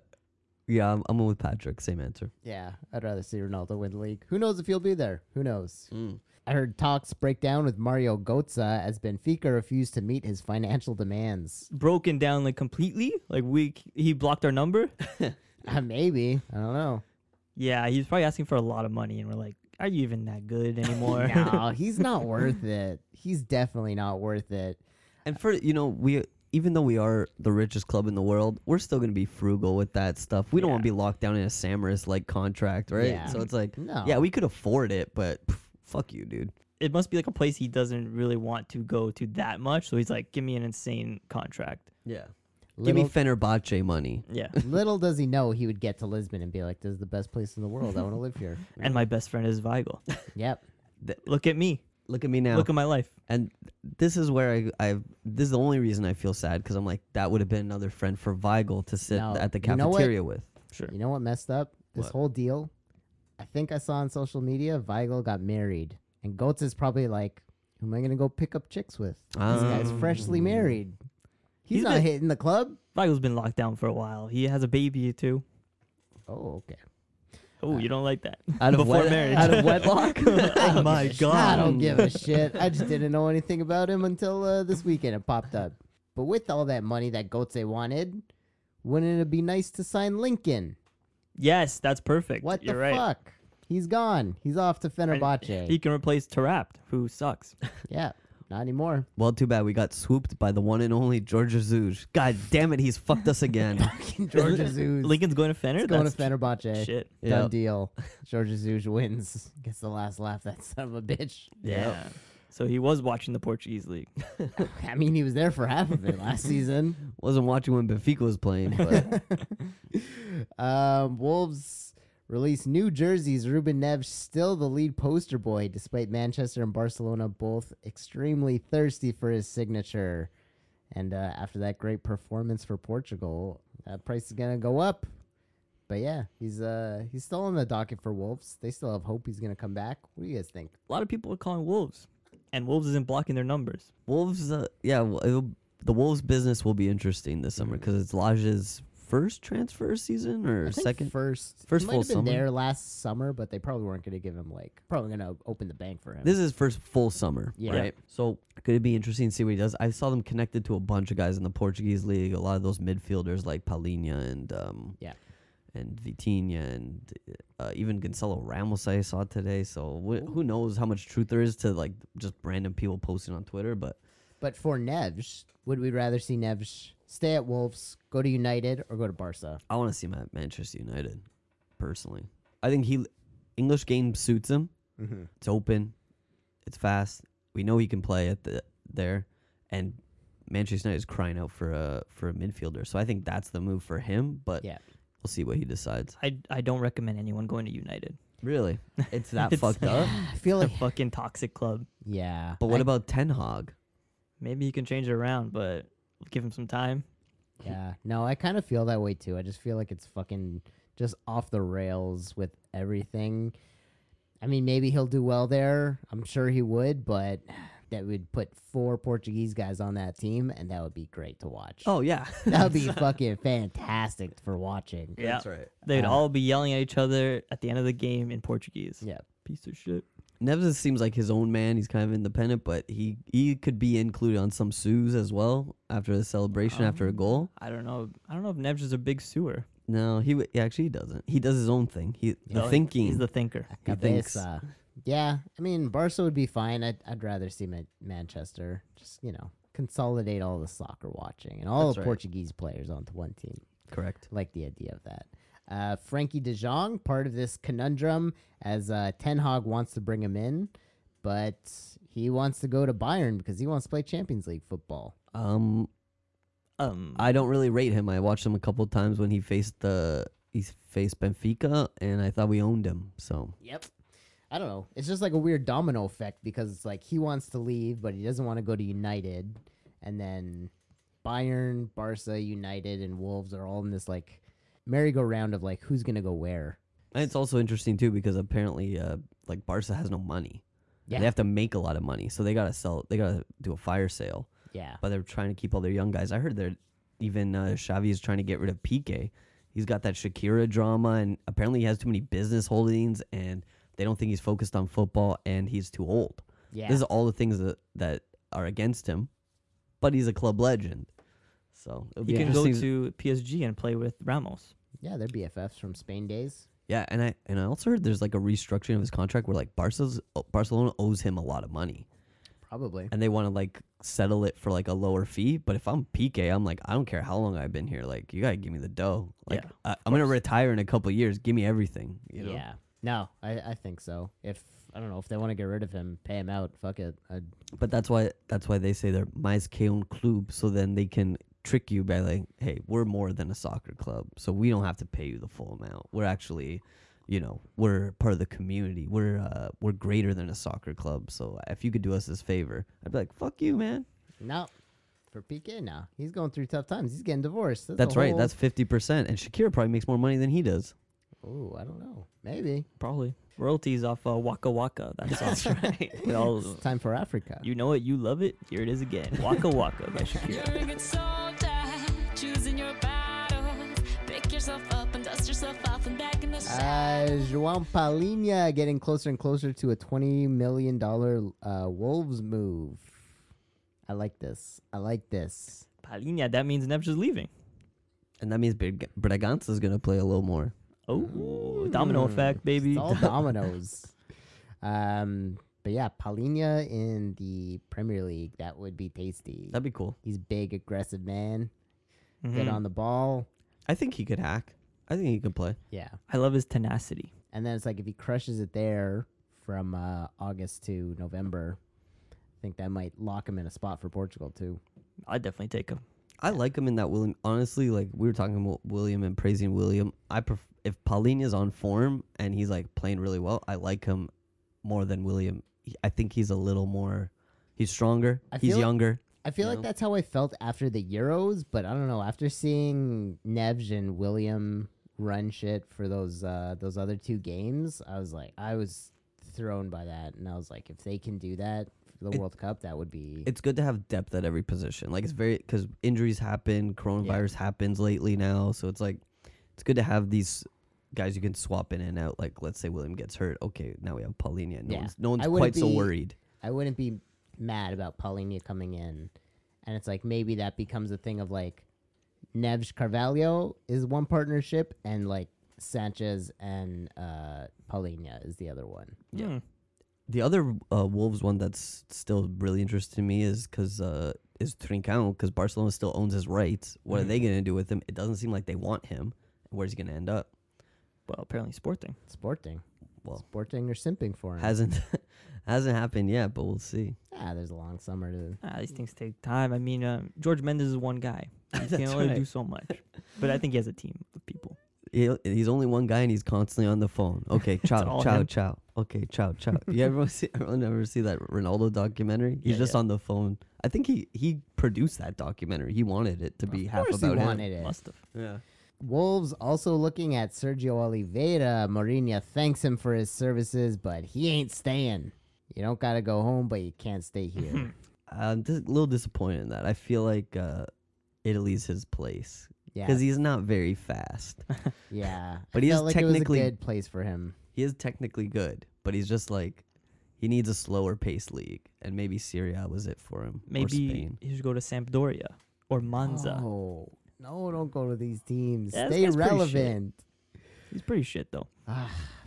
yeah, I'm, I'm with Patrick. Same answer.
Yeah, I'd rather see Ronaldo win the league. Who knows if he'll be there? Who knows?
Hmm.
I heard talks break down with Mario Götze as Benfica refused to meet his financial demands.
Broken down like completely. Like we, he blocked our number.
Uh, maybe I don't know.
Yeah, he was probably asking for a lot of money, and we're like, "Are you even that good anymore?"
No, he's not worth it. He's definitely not worth it.
And for you know, we even though we are the richest club in the world, we're still gonna be frugal with that stuff. We don't want to be locked down in a Samaras like contract, right?
Yeah.
So it's like,
No.
yeah, we could afford it, but pff, fuck you, dude.
it must be like a place he doesn't really want to go to that much. So he's like, "Give me an insane contract."
Yeah, give me
Little,
Fenerbahce money.
Yeah.
little does he know he would get to Lisbon and be like, "This is the best place in the world. I want to live here."
and my best friend is Weigel.
Yep.
Look at me.
Look at me now.
Look at my life.
and this is where I, I, this is the only reason I feel sad because I'm like, that would have been another friend for Weigel to sit
No,
at the
you know what?
cafeteria with.
Sure.
You know what messed up this
What?
whole deal? I think I saw on social media Weigel got married, and Goetz is probably like, "Who am I gonna go pick up chicks with?
Ah.
this guy's freshly married. He's,
He's
not
been-
hitting the club."
Weigel's been locked down for a while. He has a baby too.
Oh, okay.
Oh, you don't like that.
Out of,
Before
wed-
marriage.
out of wedlock.
oh my
I don't
god.
give a shit. I just didn't know anything about him until uh, this weekend it popped up. But with all that money that Gotze wanted, wouldn't it be nice to sign Lincoln?
Yes, that's perfect.
What
You're
the
right.
fuck? He's gone. He's off to
And
Fenerbahce.
He can replace Tarapt, who sucks.
yeah, not anymore.
well, too bad we got swooped by the one and only George Azuj. God damn it, he's fucked us again.
George Azouz
Lincoln's going to Fenner.
going to
That's
Fenerbahce.
Shit.
Done
Yep.
deal. George Azouz wins. Gets the last laugh. That son of a bitch.
Yeah. So he was watching the Portuguese league.
I mean, he was there for half of it last season.
Wasn't watching when Benfica was playing, but
Um, Wolves release new jerseys. Ruben Neves still the lead poster boy, despite Manchester and Barcelona both extremely thirsty for his signature. And uh, after that great performance for Portugal, that price is gonna go up. But yeah, he's uh he's still on the docket for Wolves. They still have hope he's gonna come back. What do you guys think?
A lot of people are calling Wolves. and Wolves isn't blocking their numbers.
Wolves, uh, yeah, well, it'll, the Wolves business will be interesting this summer because it's Laja's first transfer season or
I think
second.
first
first
he might
full
have been
summer.
there last summer, but they probably weren't going to give him like probably going to open the bank for him.
This is his first full summer,
Yeah.
right? So could it be interesting to see what he does? I saw them connected to a bunch of guys in the Portuguese league. A lot of those midfielders like Paulinho and um,
yeah,
and Vitinha and uh, even Gonzalo Ramos I saw today. So wh- who knows how much truth there is to like just random people posting on Twitter? But
but for Neves, would we rather see Neves stay at Wolves, go to United, or go to Barca?
I want to see him at Manchester United personally. I think he English game suits him. It's open, it's fast. We know he can play at the there, and Manchester United is crying out for a for a midfielder. So I think that's the move for him. But
Yeah,
we'll see what he decides.
I, I don't recommend anyone going to United.
Really, it's that
It's-
fucked up.
I feel
A
like
fucking toxic club.
yeah.
But what
I-
about Ten Hog?
Maybe you can change it around, but give him some time.
Yeah, no, I kind of feel that way too. I just feel like it's fucking just off the rails with everything. I mean, maybe he'll do well there. I'm sure he would, but that would put four Portuguese guys on that team, and that would be great to watch.
Oh yeah,
that would be fucking fantastic for watching.
Yeah.
that's right.
They'd
Uh,
all be yelling at each other at the end of the game in Portuguese.
Yeah.
Piece of shit.
Neves seems like his own man. He's kind of independent, but he he could be included on some sues as well after the celebration after a goal.
I don't know. I don't know if Neves is a big sewer.
No, he, w- he actually doesn't. He does his own thing. He the
No,
thinking.
He's the thinker.
he thinks.
Cabeza. uh, Yeah, I mean, Barca would be fine. I'd, I'd rather see Ma- Manchester just, you know, consolidate all the soccer watching and all
That's
the
right.
Portuguese players onto one team.
Correct.
like the idea of that. Uh, Frankie De Jong, part of this conundrum, as uh, Ten Hag wants to bring him in, but he wants to go to Bayern because he wants to play Champions League football.
Um,
Um,
I don't really rate him. I watched him a couple times when he faced the he faced Benfica, and I thought we owned him. So
Yep. I don't know. It's just like a weird domino effect because it's like he wants to leave, but he doesn't want to go to United, and then Bayern, Barca, United, and Wolves are all in this like merry-go-round of like who's gonna go where.
and it's also interesting too because apparently, uh, like Barca has no money.
Yeah.
They have to make a lot of money, so they gotta sell. They gotta do a fire sale.
Yeah.
But they're trying to keep all their young guys. I heard they're even uh, Xavi is trying to get rid of Pique. He's got that Shakira drama, and apparently he has too many business holdings, and they don't think he's focused on football, and he's too old.
Yeah.
This is all the things that, that are against him, but he's a club legend. So it'll
he
be
can go
interesting
to PSG and play with Ramos.
yeah, they're BFFs from Spain days.
Yeah, and I and I also heard there's like a restructuring of his contract where like Barca's Barcelona owes him a lot of money,
Probably.
and they want to like settle it for like a lower fee. But if I'm Pique, I'm like I don't care how long I've been here. Like you gotta give me the dough. Like
Yeah,
I, I'm gonna retire in a couple years. Give me everything. You know?
Yeah. No, I, I think so. If I don't know if they want to get rid of him, pay him out. Fuck it. I'd,
But that's why that's why they say they're mais que un club. So then they can trick you by like, hey, we're more than a soccer club. So we don't have to pay you the full amount. We're actually, you know, we're part of the community. We're uh, we're greater than a soccer club. So if you could do us this favor, I'd be like, fuck you, man.
no. For PK now, he's going through tough times. He's getting divorced. a
That's right.
whole-
That's fifty percent. And Shakira probably makes more money than he does.
oh, I don't know. Maybe
Probably royalties off uh, Waka Waka. That's, That's right. With all of
it's time for Africa.
You know it, you love it. Here it is again. Waka Waka by Shakira.
You're a good soldier, choosing your battles. Pick yourself up and dust yourself off and back in the
Uh, João Palinha getting closer and closer to a twenty million dollar uh, Wolves move. I like this. I like this.
Palinha, that means Neves is leaving.
And that means Bra- Braganza is gonna play a little more.
Oh, domino
Hmm.
effect, baby.
It's all dominoes. Um, but yeah, Palinha in the Premier League. That would be tasty.
That'd be cool.
He's big, aggressive man. Get on the ball.
I think he could hack. I think he could play.
Yeah.
I love his tenacity.
And then it's like if he crushes it there from uh, August to November, I think that might lock him in a spot for Portugal too.
I'd definitely take him.
I like him in that William. Honestly, like we were talking about William and praising William. I pref- if Paulinho's on form and he's like playing really well, I like him more than William. He- I think he's a little more. He's stronger.
I
he's
feel-
younger.
I feel like
No.
that's how I felt after the Euros, but I don't know. After seeing Neves and William run shit for those uh, those other two games, I was like, I was thrown by that, and I was like, if they can do that, for the
It-
World Cup, that would be
it's good to have depth at every position. Like it's very because injuries happen, coronavirus happens lately now, so it's like it's good to have these guys you can swap in and out. Like let's say William gets hurt, okay, now we have Paulinia. No
Yeah.
one's no one's
I wouldn't
quite so
be-
worried.
I wouldn't be mad about Paulinho coming in. And it's like maybe that becomes a thing of like Neves Carvalho is one partnership and like Sanchez and uh Paulinho is the other one.
Yeah.
Hmm.
The other uh, Wolves one that's still really interesting to me is because uh, is Trincao because Barcelona still owns his rights. What are they going to do with him? It doesn't seem like they want him. Where's he going to end up?
Well, apparently Sporting.
Sporting.
Well-
Sporting or simping for him.
Hasn't hasn't happened yet, but we'll see.
ah, there's a long summer to
Ah, these things take time. I mean, um, George Mendes is one guy. He can
That's
only do
right.
so much. But I think he has a team of people.
He, he's only one guy and he's constantly on the phone. Okay, ciao,
all
ciao,
him.
ciao. Okay, ciao, ciao. You ever see? Everyone ever see that Ronaldo documentary? He's
Yeah,
just
yeah.
on the phone. I think he he produced that documentary. He wanted it to be half
course he
about him.
wanted it.
Must have.
Yeah.
Wolves also looking at Sergio Oliveira. Mourinho thanks him for his services, but he ain't staying. You don't gotta go home, but you can't stay here.
I'm just a little disappointed in that. I feel like uh, Italy's his place
yeah,
because he's not very fast.
yeah. I
but he is
felt like
technically-
it was a good place for him.
he is technically good, but he's just like he needs a slower pace league, and maybe Syria was it for him. or
Maybe
Spain. Oh.
he should go to Sampdoria or Monza.
No, no, don't go to these teams.
Yeah, this
Stay
guy's pretty shit.
relevant. Ah,
He's pretty shit though.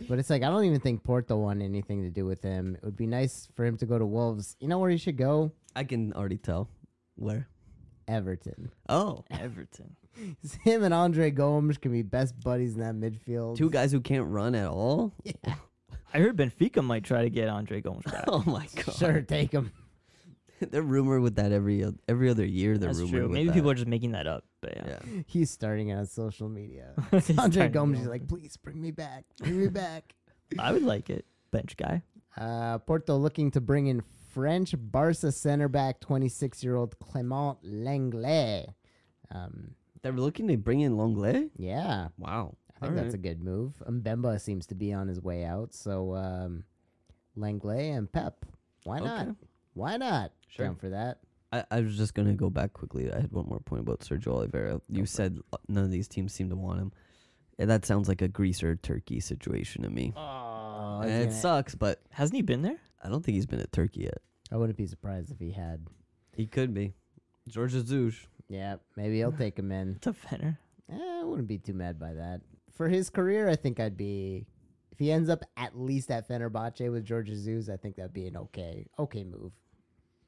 But it's like I don't even think Porto wanted anything to do with him. It would be nice for him to go to Wolves. You know where he should go?
I can already tell where.
Everton.
Oh,
Everton.
Him and Andre Gomes can be best buddies in that midfield.
two guys who can't run at all.
I heard Benfica might try to get Andre Gomes back.
Oh my god!
Sure, take him.
they're rumored with that every oth- every other year. They're
That's
rumored
true.
with
Maybe
that.
people are just making that up. But yeah.
Yeah.
He's starting it on social media.
He's
Andre
starting to
Gomes
go.
is like, please bring me back. Bring me back.
I would like it. Bench guy.
Uh, Porto looking to bring in French Barca center back, 26 year old Clement Langlais. Um,
They're looking to bring in Longley.
yeah,
Wow.
I think that's a good move. Mbemba seems to be on his way out, so um, Langlais and Pep. Why not?
Okay.
Why not?
Sure.
Down for that.
I, I was just gonna go back quickly. I had one more point about Sergio Oliveira. You said uh, none of these teams seem to want him. Yeah, that sounds like a Greece or Turkey situation to me.
Oh,
and it sucks, but
Hasn't he been there?
I don't think he's been at Turkey yet.
I wouldn't be surprised if he had.
He could be. George Azouj.
Yeah, maybe he'll take him in.
It's a Fenner.
Eh, I wouldn't be too mad by that. For his career, I think I'd be. If he ends up at least at Fenerbahce with George Jesus, I think that'd be an okay, okay move.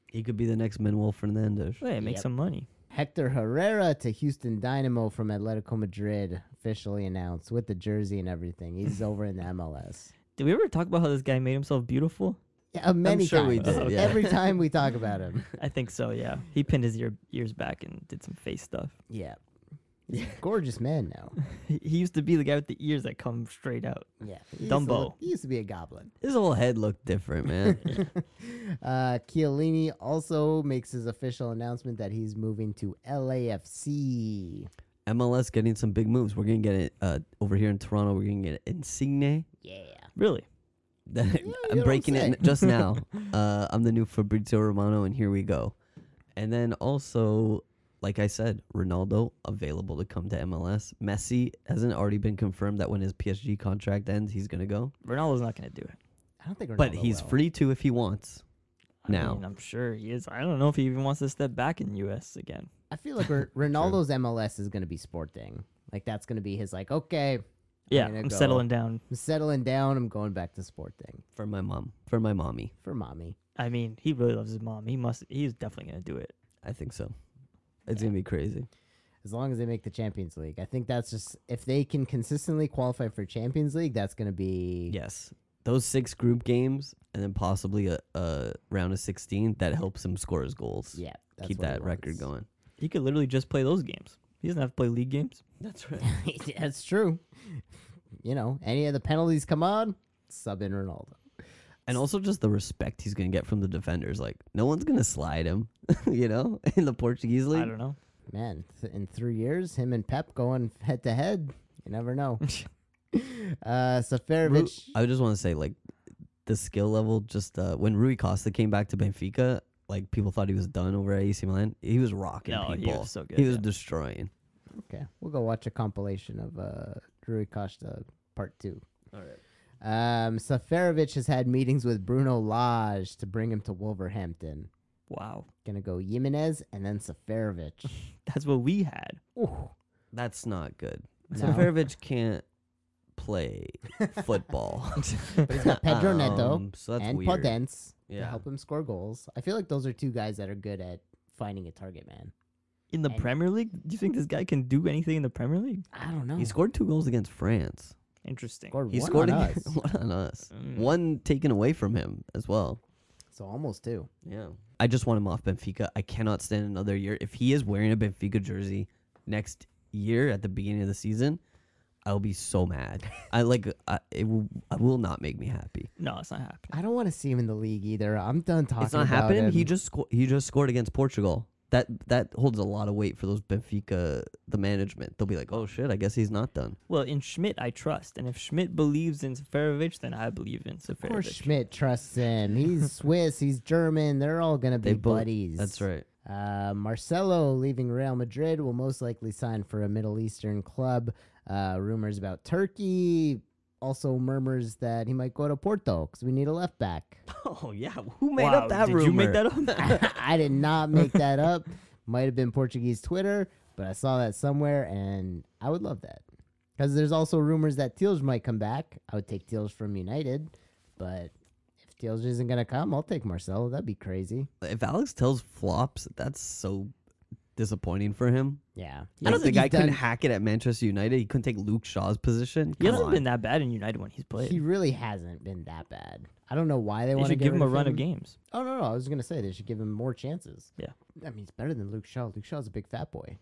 He could be the next Manuel Fernandez.
Wait, make
Yep.
some money.
Hector Herrera to Houston Dynamo from Atletico Madrid, officially announced with the jersey and everything. He's over in the MLS.
Did we ever talk about how this guy made himself beautiful?
Yeah, many
sure
times.
we did, yeah.
Every time we talk about him.
I think so, yeah. He pinned his ear, ears back and did some face stuff.
Yeah. He's a Gorgeous man now.
He, he used to be the guy with the ears that come straight out.
Yeah. He used to look-
Dumbo.
he used to be a goblin.
His whole head looked different, man.
Uh, Chiellini also makes his official announcement that he's moving to LAFC.
MLS getting some big moves. We're gonna get it uh, over here in Toronto. We're gonna get Insigne.
Yeah.
Really?
you
I'm
don't
breaking it
say.
n- just now. uh, I'm the new Fabrizio Romano, and here we go. And then also, like I said, Ronaldo available to come to MLS. Messi hasn't already been confirmed that when his PSG contract ends, he's gonna go.
Ronaldo's not going to do it.
I don't think
but
Ronaldo
he's
will. uh,
free to if he wants.
I
Now,
mean, I'm sure he is. I don't know if he even wants to step back in US again.
I feel like Ron- Ronaldo's MLS is going to be sporting. Like, that's going to be his, like, okay,
Yeah,
gonna
I'm
go.
settling down.
I'm settling down. I'm going back to sporting
for my mom, for my mommy,
for mommy.
I mean, he really loves his mom. He must. He's definitely going to do it.
I think so. It's gonna be crazy.
As long as they make the Champions League. I think that's just, if they can consistently qualify for Champions League, that's going to be.
Yes. Those six group games and then possibly a, a round of 16 that helps him score his goals.
Yeah. that's
Keep
what he
that record
wants.
going.
He could literally just play those games. He doesn't have to play league games.
That's right.
That's true. You know, any of the penalties come on, sub in Ronaldo.
And also just the respect he's going to get from the defenders. Like, no one's going to slide him, you know, in the Portuguese
I
league.
don't know.
Man, th- in three years, him and Pep going head to head. You never know. uh,
Ru-
Safarovic.
I just want to say, like, the skill level. Just uh, when Rui Costa came back to Benfica, like people thought he was done over at AC Milan. He was rocking
No, he
people.
was so good,
He was
yeah.
destroying.
Okay, we'll go watch a compilation of uh, Rui Costa Part Two.
All right.
Um, Safarovich has had meetings with Bruno Lage to bring him to Wolverhampton.
Wow,
Gonna go Jimenez and then Safarovich.
that's what we had.
Ooh,
That's not good.
No.
Seferovic can't play football.
but he's got Pedro Neto
Um, so that's
and
weird.
Podence to
Yeah.
help him score goals. I feel like those are two guys that are good at finding a target man.
In the
And-
Premier League, do you think this guy can do anything in the Premier League?
I don't know.
He scored two goals against France.
Interesting.
scored
He
one
scored
on
ag-
us,
one on us.
Mm.
One taken away from him as well.
so almost two.
Yeah. I just want him off Benfica. I cannot stand another year. If he is wearing a Benfica jersey next year at the beginning of the season, I'll be so mad. I like I, it will, it will not make me happy.
No, it's not happening.
I don't want to see him in the league either. I'm done talking.
it's not
about
happening.
Him.
He just sco- he just scored against Portugal. That that holds a lot of weight for those Benfica the management. They'll be like, "Oh shit, I guess he's not done."
Well, in Schmidt, I trust, and if Schmidt believes in Seferovic, then I believe in
Of course,
Seferovic.
Schmidt trusts him. He's Swiss. He's German. They're all gonna be
They bo-
buddies.
That's right.
Uh, Marcelo leaving Real Madrid will most likely sign for a Middle Eastern club. Uh, rumors about Turkey. Also, murmurs that he might go to Porto because we need a left back.
Oh yeah, who
wow, did you make that up?
I did not make that up. Might have been Portuguese Twitter, but I saw that somewhere, and I would love that. Because there's also rumors that Teals might come back. I would take Teals from United, but if Teals isn't gonna come, I'll take Marcelo. That'd be crazy.
If Alex tells flops, that's so disappointing for him.
Yeah,
I don't
Like,
think
he's
I couldn't
done-
hack it at Manchester United. He couldn't take Luke Shaw's position.
he
Come
hasn't
on.
been that bad in United when he's played.
He really hasn't been that bad. I don't know why they,
they
want to
should give him a run
him.
of games.
Oh no, no, I was gonna say they should give him more chances.
Yeah.
I mean, it's better than Luke Shaw. Luke Shaw's a big fat boy.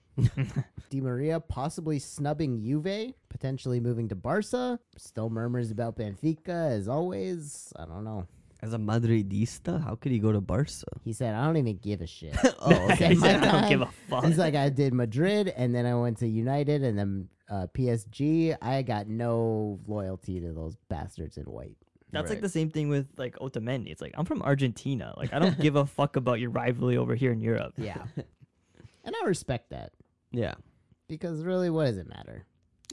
Di Maria possibly snubbing Juve, potentially moving to Barca. Still murmurs about Benfica as always. I don't know.
As a Madridista, how could he go to Barca?
He said, "I don't even give a shit."
Oh, okay.
He said,
My
"I don't give a
time.
fuck."
He's like, "I did Madrid, and then I went to United, and then uh, PSG. I got no loyalty to those bastards in white."
That's like
Right.
the same thing with like Otamendi. It's like I'm from Argentina. Like I don't give a fuck about your rivalry over here in Europe.
Yeah, and I respect that
yeah,
because really, what does it matter?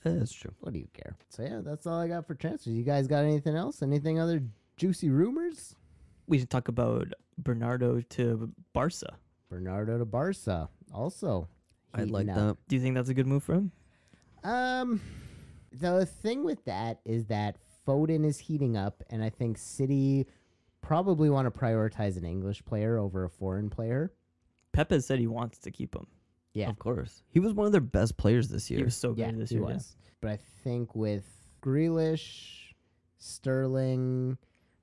Yeah, that's true.
what do you care? So yeah, that's all I got for transfers. You guys got anything else? Anything other juicy rumors?
We should talk about Bernardo to Barca.
Bernardo to Barca. Also,
I
heating
like
up.
Do you think that's a good move for him?
Um, the thing with that is that Foden is heating up, and I think City probably want to prioritize an English player over a foreign player.
Pepe said he wants to keep him.
that.
Yeah.
Of course, he was one of their best players this
He
year.
was so good
yeah,
this
he
year. yeah.
was. But I think with Grealish, Sterling,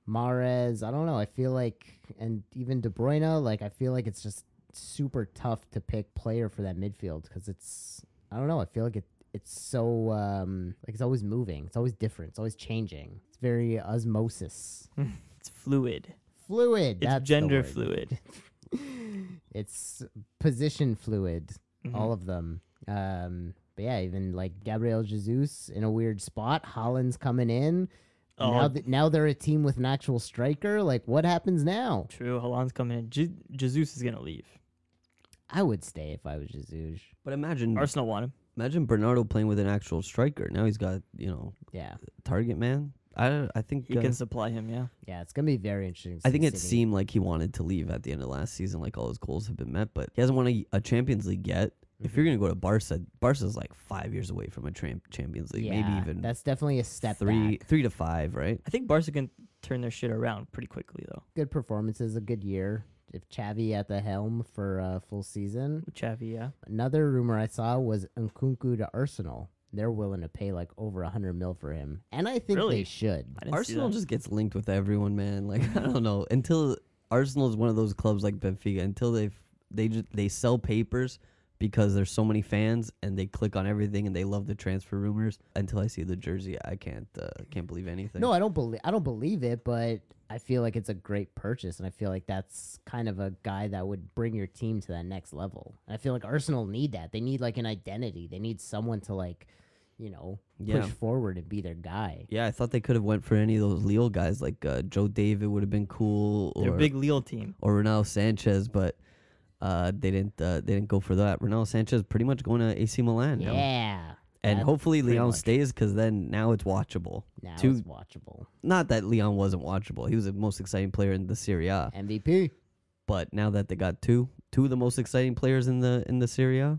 Mares, I don't know. I feel like, and even De Bruyne, like I feel like it's just super tough to pick player for that midfield because it's, I don't know. I feel like it, it's so um, like it's always moving. It's always different. It's always changing. It's very osmosis,
It's fluid.
fluid.
It's
that's the
gender
word.
fluid.
it's position fluid,
Mm-hmm.
Mhm.
all of them. Um, but yeah, even like Gabriel Jesus in a weird spot. Holland's coming in.
Oh.
Now, th- now they're a team with an actual striker. Like, what happens now?
True. Holland's coming in. Je- Jesus is gonna leave.
I would stay if I was Jesus.
but imagine
Arsenal want him.
imagine Bernardo playing with an actual striker. Now he's got you know
Yeah,
target man. I I think
He
uh,
can supply him. Yeah.
yeah, it's gonna be very interesting. to
I
see
think it
City.
seemed like he wanted to leave at the end of last season, like all his goals have been met, but he hasn't won a, a Champions League yet. If
Mm-hmm.
you're gonna go to Barca, Barca's like five years away from a tram- Champions League,
Yeah,
maybe even
that's definitely a step
three,
back.
three to five, right?
I think Barca can turn their shit around pretty quickly though.
Good performances, a good year. If Chavi at the helm for a full season,
With Xavi, yeah.
Another rumor I saw was Nkunku to Arsenal. They're willing to pay like over a hundred mil for him, and I think they
Really?
should.
I didn't see
Arsenal
that.
just gets linked with everyone, man. Like I don't know until Arsenal is one of those clubs like Benfica until they they just, they sell papers because there's so many fans and they click on everything and they love the transfer rumors. Until I see the jersey, I can't uh, can't believe anything.
No, I don't believe I don't believe it, but I feel like it's a great purchase, and I feel like that's kind of a guy that would bring your team to that next level. And I feel like Arsenal need that. They need like an identity. They need someone to like, you know,
Yeah.
push forward and be their guy.
Yeah, I thought they could have went for any of those Leo guys, like uh, Joe David would have been cool,
They're
or
a big Leal team.
or Ronaldo Sanchez, but uh, they didn't uh, they didn't go for that. Ronaldo Sanchez pretty much going to AC Milan now,
Yeah.
and
that
hopefully
pretty
Leon
much.
stays because then now it's watchable.
Now
Two-
it's watchable.
Not that Leon wasn't watchable; he was the most exciting player in the Serie A.
MVP.
But now that they got two two of the most exciting players in the in the Serie A,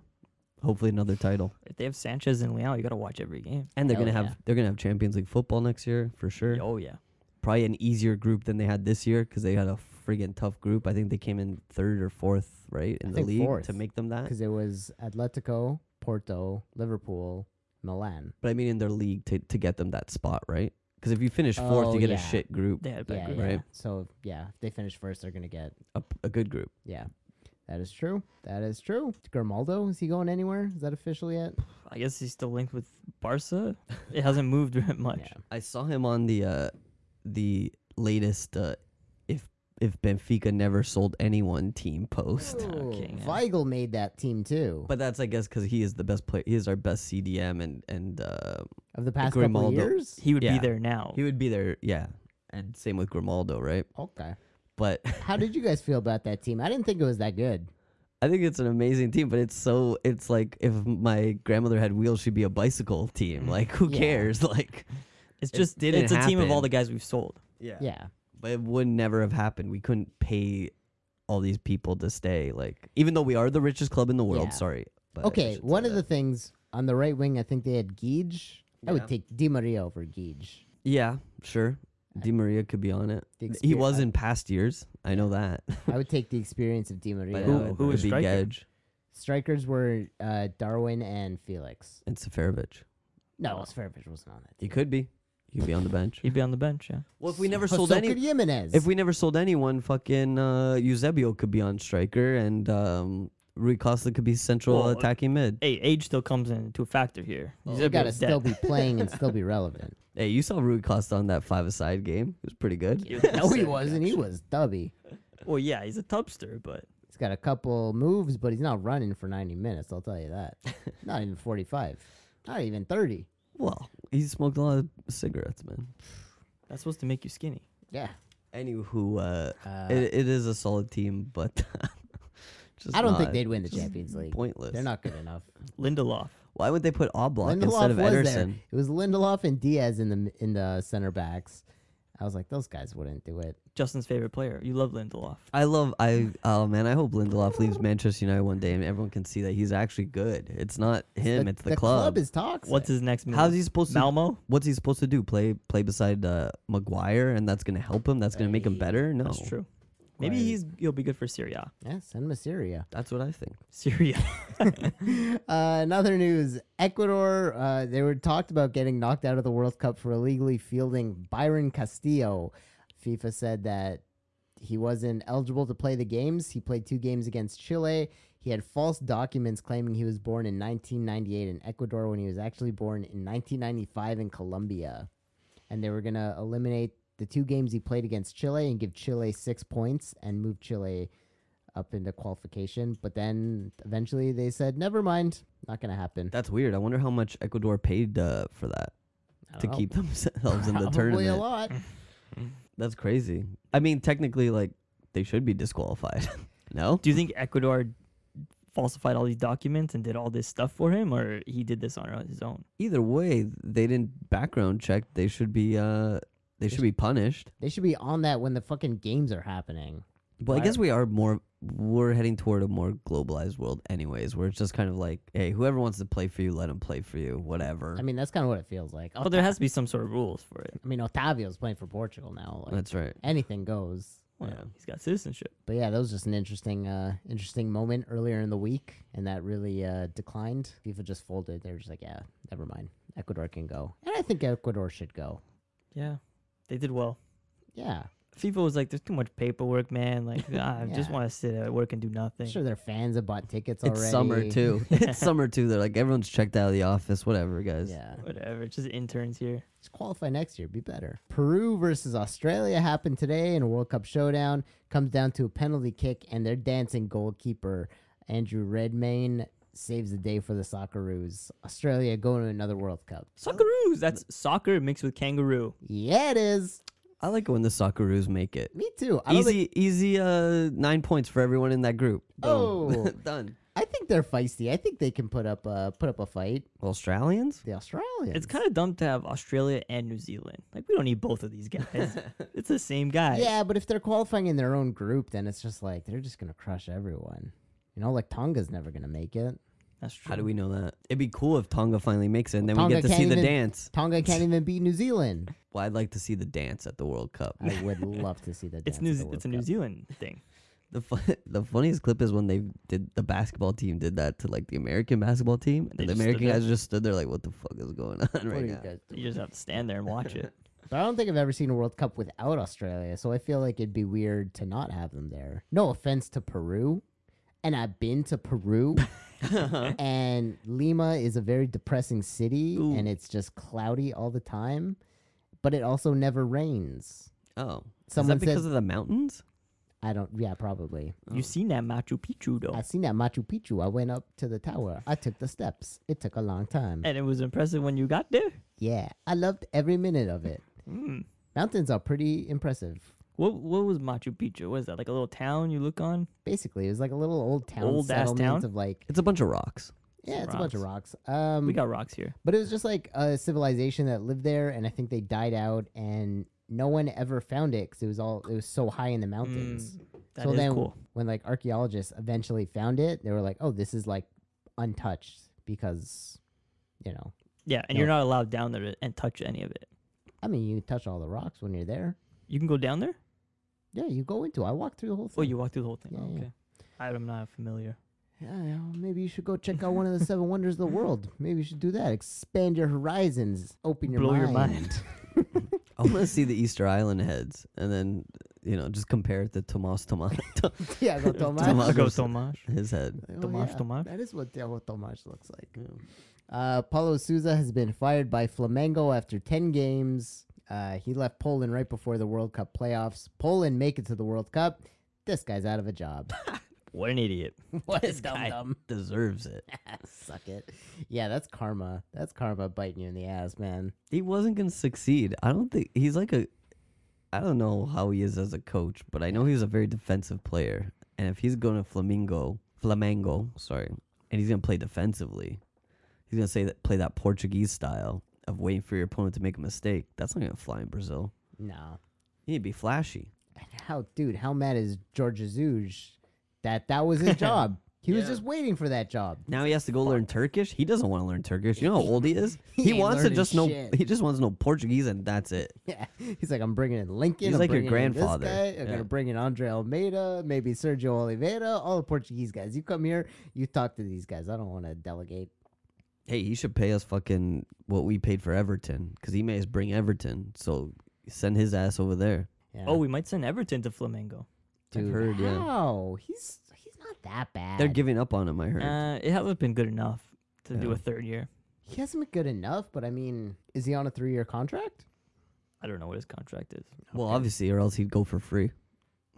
hopefully another title.
If they have Sanchez and Leal, you gotta watch every game.
And they're
Hell
gonna
yeah.
have they're gonna have Champions League football next year for sure.
Oh yeah,
probably an easier group than they had this year because they had a friggin' tough group. I think they came in third or fourth, right, in
I
the
think
league
fourth,
to make them that.
Because it was Atletico, Porto, Liverpool, Milan.
But I mean, in their league to, to get them that spot, right? Because if you finish fourth,
Oh,
you get
yeah.
a shit group,
they had a bad
Yeah,
group.
yeah.
Right.
So yeah, if they finish first, they're gonna get
a, a good group.
yeah. That is true. That is true. Grimaldo is he going anywhere? Is that official yet?
I guess he's still linked with Barca. It hasn't moved very much.
Yeah.
I saw him on the uh, the latest uh, if if Benfica never sold anyone team post.
Okay, yeah.
Weigel made that team too.
But that's I guess because he is the best player. He is our best CDM, and and uh,
of the past couple of
Grimaldo-
years.
He would
Yeah.
be there now.
he would be there. Yeah, and same with Grimaldo, right?
Okay.
But
How did you guys feel about that team? I didn't think it was that good.
I think it's an amazing team, but it's so it's like if my grandmother had wheels, she'd be a bicycle team. Like who
Mm. Yeah.
cares? Like
it's just
didn't
it's a team of all
happen.
the guys we've sold.
Yeah.
but it would never have happened. We couldn't pay all these people to stay. Like even though we are the richest club in the world,
Yeah.
sorry. But I
Okay.
should
One
say
of the
that.
things on the right wing, I think they had Gige. I
Yeah.
would take Di Maria over Gige.
yeah, sure. Di Maria could be on it.
The
he
exper-
was
I-
in past years. I know that.
I would take the experience of Di
But uh,
Maria.
Who-
now it
who
would
is
be
striker?
Gedge
Strikers were uh, Darwin and Felix.
and Seferovic?
No, Svervich wasn't on that.
He could be. He could be on the bench.
He'd be on the bench. Yeah.
well, if we never
Team.
sold
so
any,
could Jimenez.
If we never sold anyone, fucking uh, Eusebio could be on striker, and um, Rui Costa could be central
Well, uh,
attacking mid.
Hey, age still comes into a factor here.
you
Eusebio's
gotta still
dead.
be playing and still be relevant.
Hey, you saw Rui Costa on that five-a-side game. It was pretty good.
no, he wasn't. He was dubby.
Well, yeah, he's a tubster, but
He's got a couple moves, but he's not running for 90 minutes. I'll tell you that. not even 45. Not even 30.
Well, he smoked a lot of cigarettes, man.
that's supposed to make you skinny.
Yeah.
Anywho, uh,
Uh,
it, it is a solid team, but just
I don't think
not-
they'd win the
just
Champions League.
Pointless.
They're not good enough.
Lindelof.
Why would they put Oblak
Lindelof
instead
was
of
there.
Ederson?
It was Lindelof and Diaz in the in the center backs. I was like, those guys wouldn't do it.
Justin's favorite player. You love Lindelof.
I love I oh man I hope Lindelof leaves Manchester United one day and everyone can see that he's actually good. It's not him, it's the,
club. is toxic.
What's his next move?
How's he supposed to
Malmo?
What's he supposed to do? Play play beside uh, Maguire, and that's gonna help him. That's gonna make him better. No,
That's true. Maybe
Right.
he's he'll be good for Syria.
yeah, send him to Syria.
That's what I think.
Syria.
Uh, another news: Ecuador. Uh, they were talked about getting knocked out of the World Cup for illegally fielding Byron Castillo. FIFA said that he wasn't eligible to play the games. He played two games against Chile. He had false documents claiming he was born in 1998 in Ecuador when he was actually born in 1995 in Colombia. And they were going to eliminate the two games he played against Chile and give Chile six points and move Chile up into qualification. But then eventually they said, never mind, not going to happen.
That's weird. I wonder how much Ecuador paid uh, for that
I don't
to
know.
keep themselves in the
Oh. Probably a
tournament.
lot.
That's crazy. I mean, technically, like they should be disqualified. no,
Do you think Ecuador falsified all these documents and did all this stuff for him, or he did this on his own?
either way, they didn't background check. They should be uh they should be punished.
They should be on that when the fucking games are happening.
But I guess we are more. We're heading toward a more globalized world, anyways, where it's just kind of like, hey, whoever wants to play for you, let them play for you, whatever.
I mean, that's kind of what it feels like.
But there has to be some sort of rules for it.
I mean, Otavio's playing for Portugal now. Like,
That's right.
anything goes.
Well,
Yeah.
He's got citizenship.
But yeah, that was just an interesting, uh, interesting moment earlier in the week, and that really uh, declined. FIFA just folded. They were just like, yeah, never mind. Ecuador can go, and I think Ecuador should go.
Yeah. They did well.
Yeah,
FIFA was like, "There's too much paperwork, man. Like, ah, I just
Yeah.
want to sit at work and do nothing."
sure their fans have bought tickets
It's
already.
summer too. it's summer too. They're like everyone's checked out of the office. Whatever, guys.
Yeah,
Whatever. Just interns here.
just qualify next year, be better. Peru versus Australia happened today in a World Cup showdown. Comes down to a penalty kick, and their dancing goalkeeper Andrew Redmayne saves the day for the Socceroos. Australia going to another World Cup.
Socceroos. That's soccer mixed with kangaroo.
Yeah, it is.
I like it when the Socceroos make it.
Me too. I don't think,
Easy, easy. Uh, nine points for everyone in that group. Boom.
Oh.
done.
I think they're feisty. I think they can put up a put up a fight.
Australians.
The Australians.
It's kind of dumb to have Australia and New Zealand. Like we don't need both of these guys. it's the same guy.
yeah, but if they're qualifying in their own group, then it's just like they're just gonna crush everyone. You know, like Tonga's never gonna make it.
That's true.
How do we know that? It'd be cool if Tonga finally makes it, and then
Tonga
we get to
can't
see the
even-
dance.
Tonga can't even beat New Zealand.
Well, I'd like to see the dance at the World Cup.
I would love to see that.
It's New. It's a New Zealand thing.
The fun, the funniest clip is when they did the basketball team did that to like the American basketball team,
They
and
just
the
stood
American
there.
guys just stood there like, "What the fuck is going on
What
right
are you
now?"
guys
You just have to stand there and watch it.
But I don't think I've ever seen a World Cup without Australia, so I feel like it'd be weird to not have them there. No offense to Peru, and I've been to Peru,
Uh-huh.
and Lima is a very depressing city, and it's just cloudy all the time, but it also never rains.
Oh,
Someone
is that because
said-
of the mountains?
I don't, yeah, probably.
You seen that Machu Picchu though,
I seen that Machu Picchu. I went up to the tower. I took the steps. It took a long time.
and it was impressive when you got there.
Yeah, I loved every minute of it.
Hmm.
Mountains are pretty impressive.
What What was Machu Picchu? What is that? Like a little town you look on?
Basically, it was like a little old town
Old-ass
settlement
town?
of like
It's a bunch of rocks.
Yeah, it's a bunch of rocks. Um,
We got rocks here.
but it was just like a civilization that lived there, and I think they died out, and no one ever found it because it was all it was so high in the mountains.
Hmm, That is
so then,
cool.
when like archaeologists eventually found it, they were like, "Oh, this is like untouched because, you know,
Yeah, and
no.
you're not allowed down there and touch any of it.
I mean, you touch all the rocks when you're there.
You can go down there.
Yeah, you go into. it. I walked through the whole thing.
Oh, you walk through the whole thing.
Yeah,
Oh,
yeah.
okay. I'm not familiar.
Yeah, you know, maybe you should go check out one of the seven wonders of the world. Maybe you should do that. Expand your horizons. Open your
Blow
mind.
your mind.
I want to see the Easter Island heads, and then you know just compare it to Tomas Tomas
yeah, go to
Tomas.
mind.
I'll go
Tomago's-
Tomash.
his head.
Oh,
Tomasz, Tomasz?
That is what Thiago Tomasz looks like. Uh, Paulo Souza has been fired by Flamengo after 10 games. Uh, he left Poland right before the World Cup playoffs. Poland make it to the World Cup. This guy's out of a job.
What an idiot.
what a
guy
dum
deserves it.
dum. Suck it. Yeah, that's karma. That's karma biting you in the ass, man.
He wasn't gonna succeed. I don't think he's like a. I don't know how he is as a coach, but I know he's a very defensive player. And if he's going to Flamingo, Flamengo, sorry, and he's gonna play defensively, he's gonna say that play that Portuguese style of waiting for your opponent to make a mistake. That's not gonna fly in Brazil.
No.
He'd be flashy.
How, dude, how mad is George Azuj that that was his job? He was just waiting for that job.
Now he has to go learn Turkish. He doesn't want to learn Turkish. You know how old he is.
He
he,
ain't
wants to
learning
just know.
shit.
He just wants to know Portuguese, and that's it.
Yeah, he's like, I'm bringing in Lincoln.
He's
I'm
like your
bringing in this
grandfather.
guy, I'm
Yeah.
gonna bring in Andre Almeida, maybe Sergio Oliveira, all the Portuguese guys. You come here, you talk to these guys. I don't want to delegate.
Hey, he should pay us fucking what we paid for Everton because he made us bring Everton. So send his ass over there.
Yeah.
Oh, we might send Everton to Flamengo.
I've
Dude,
heard, yeah.
Wow, he's he's not that bad.
They're giving up on him. I heard.
Uh, it hasn't been good enough to do a third year.
he hasn't been good enough, but I mean, is he on a three-year contract?
I don't know what his contract is.
well, obviously, or else he'd go for free,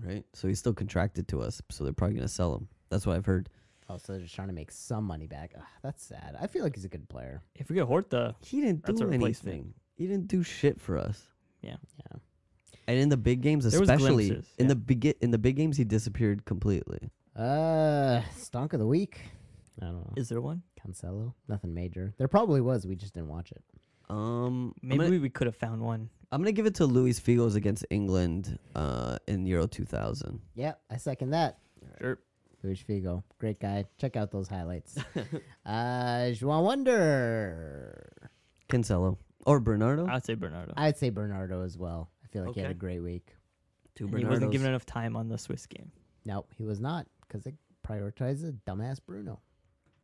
right? So he's still contracted to us. So they're probably gonna sell him. That's what I've heard.
Oh, so they're just trying to make some money back. Ugh, that's sad. I feel like he's a good player.
If we get Horta,
He didn't
That's
do
a replacement.
anything. He didn't do shit for us.
yeah.
Yeah,
And in the big games,
There was
especially in
glimpses,
the
yeah.
big in the big games, he disappeared completely.
Uh, stonk of the week. I don't know.
Is there one?
Cancelo. Nothing major. There probably was. We just didn't watch it.
Um, I'm
Maybe
gonna-
we, we could have found one.
I'm gonna give it to Luis Figo's against England uh, in Euro 2000.
Yeah, I second that.
Sure.
Luis Figo, great guy. Check out those highlights. uh, Juan Wonder.
Cancelo or Bernardo.
I'd say Bernardo.
I'd say Bernardo as well. I feel like he had a
Okay.
great week.
Two
And he wasn't given enough time on the Swiss game.
No, he was not because they prioritized a dumbass Bruno.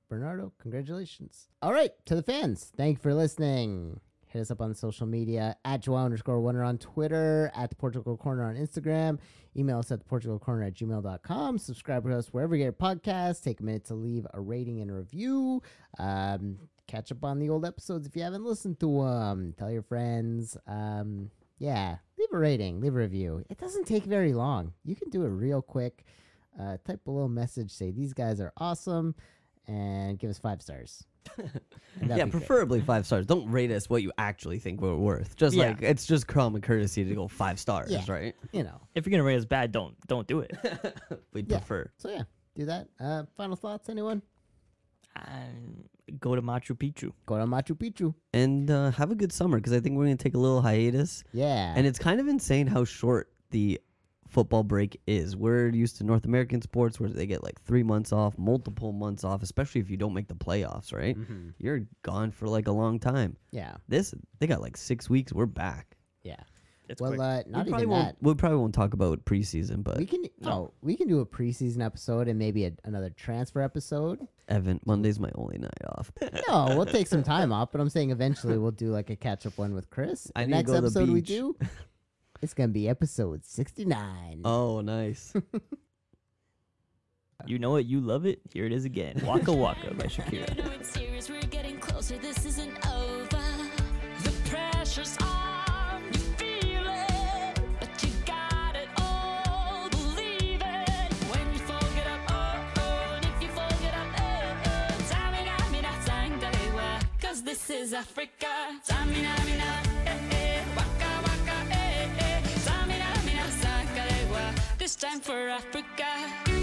Bernardo, congratulations. All right, to the fans, thank you for listening. Hit us up on social media at Joao underscore Wonder on Twitter, at the Portugal Corner on Instagram. Email us at the Portugal Corner at gmail.com. Subscribe to us wherever you get your podcasts. Take a minute to leave a rating and a review. Um, catch up on the old episodes if you haven't listened to them. Tell your friends. Um, yeah, leave a rating, leave a review. It doesn't take very long. You can do it real quick. Uh, type a little message, say these guys are awesome and give us five stars. And that'd
Yeah,
be great.
preferably five stars. Don't rate us what you actually think we're worth. Just
Yeah.
like it's just common courtesy to go five stars,
Yeah.
right?
You know.
If you're gonna rate us bad, don't don't do it.
We would
Yeah.
prefer.
So yeah, do that. Uh, final thoughts, anyone?
Um, go to Machu Picchu.
Go to Machu Picchu.
And uh, have a good summer because I think we're gonna take a little hiatus.
Yeah.
And it's kind of insane how short the football break is. We're used to North American sports where they get like three months off, multiple months off, especially if you don't make the playoffs, right? You're gone for like a long time.
yeah.
This they got like six weeks. We're back.
Yeah.
It's
well,
quick.
uh, not
we probably
even
won't.
that.
We probably won't talk about preseason, but
We can oh, we can do a preseason episode and maybe a, another transfer episode.
Evan Monday's my only night off.
No, we'll take some time off, but I'm saying eventually we'll do like a catch up one with Chris.
I
The
need to
next
go to the
episode we
beach.
do, it's gonna be episode sixty nine.
oh, nice.
you know it. You love it. Here it is again. Waka Waka by Shakira.
Later in series, we're getting closer. This isn't over. The pressure's on. You feel it, but you got it all. Believe it. When you fold it up, oh, oh, and if you fold it up, oh, oh. Tamina, mina, sangarewa. 'Cause this is Africa. Tamina, mina, eh, eh. Waka, waka, eh, eh. Tamina, mina, sangarewa. This time for Africa.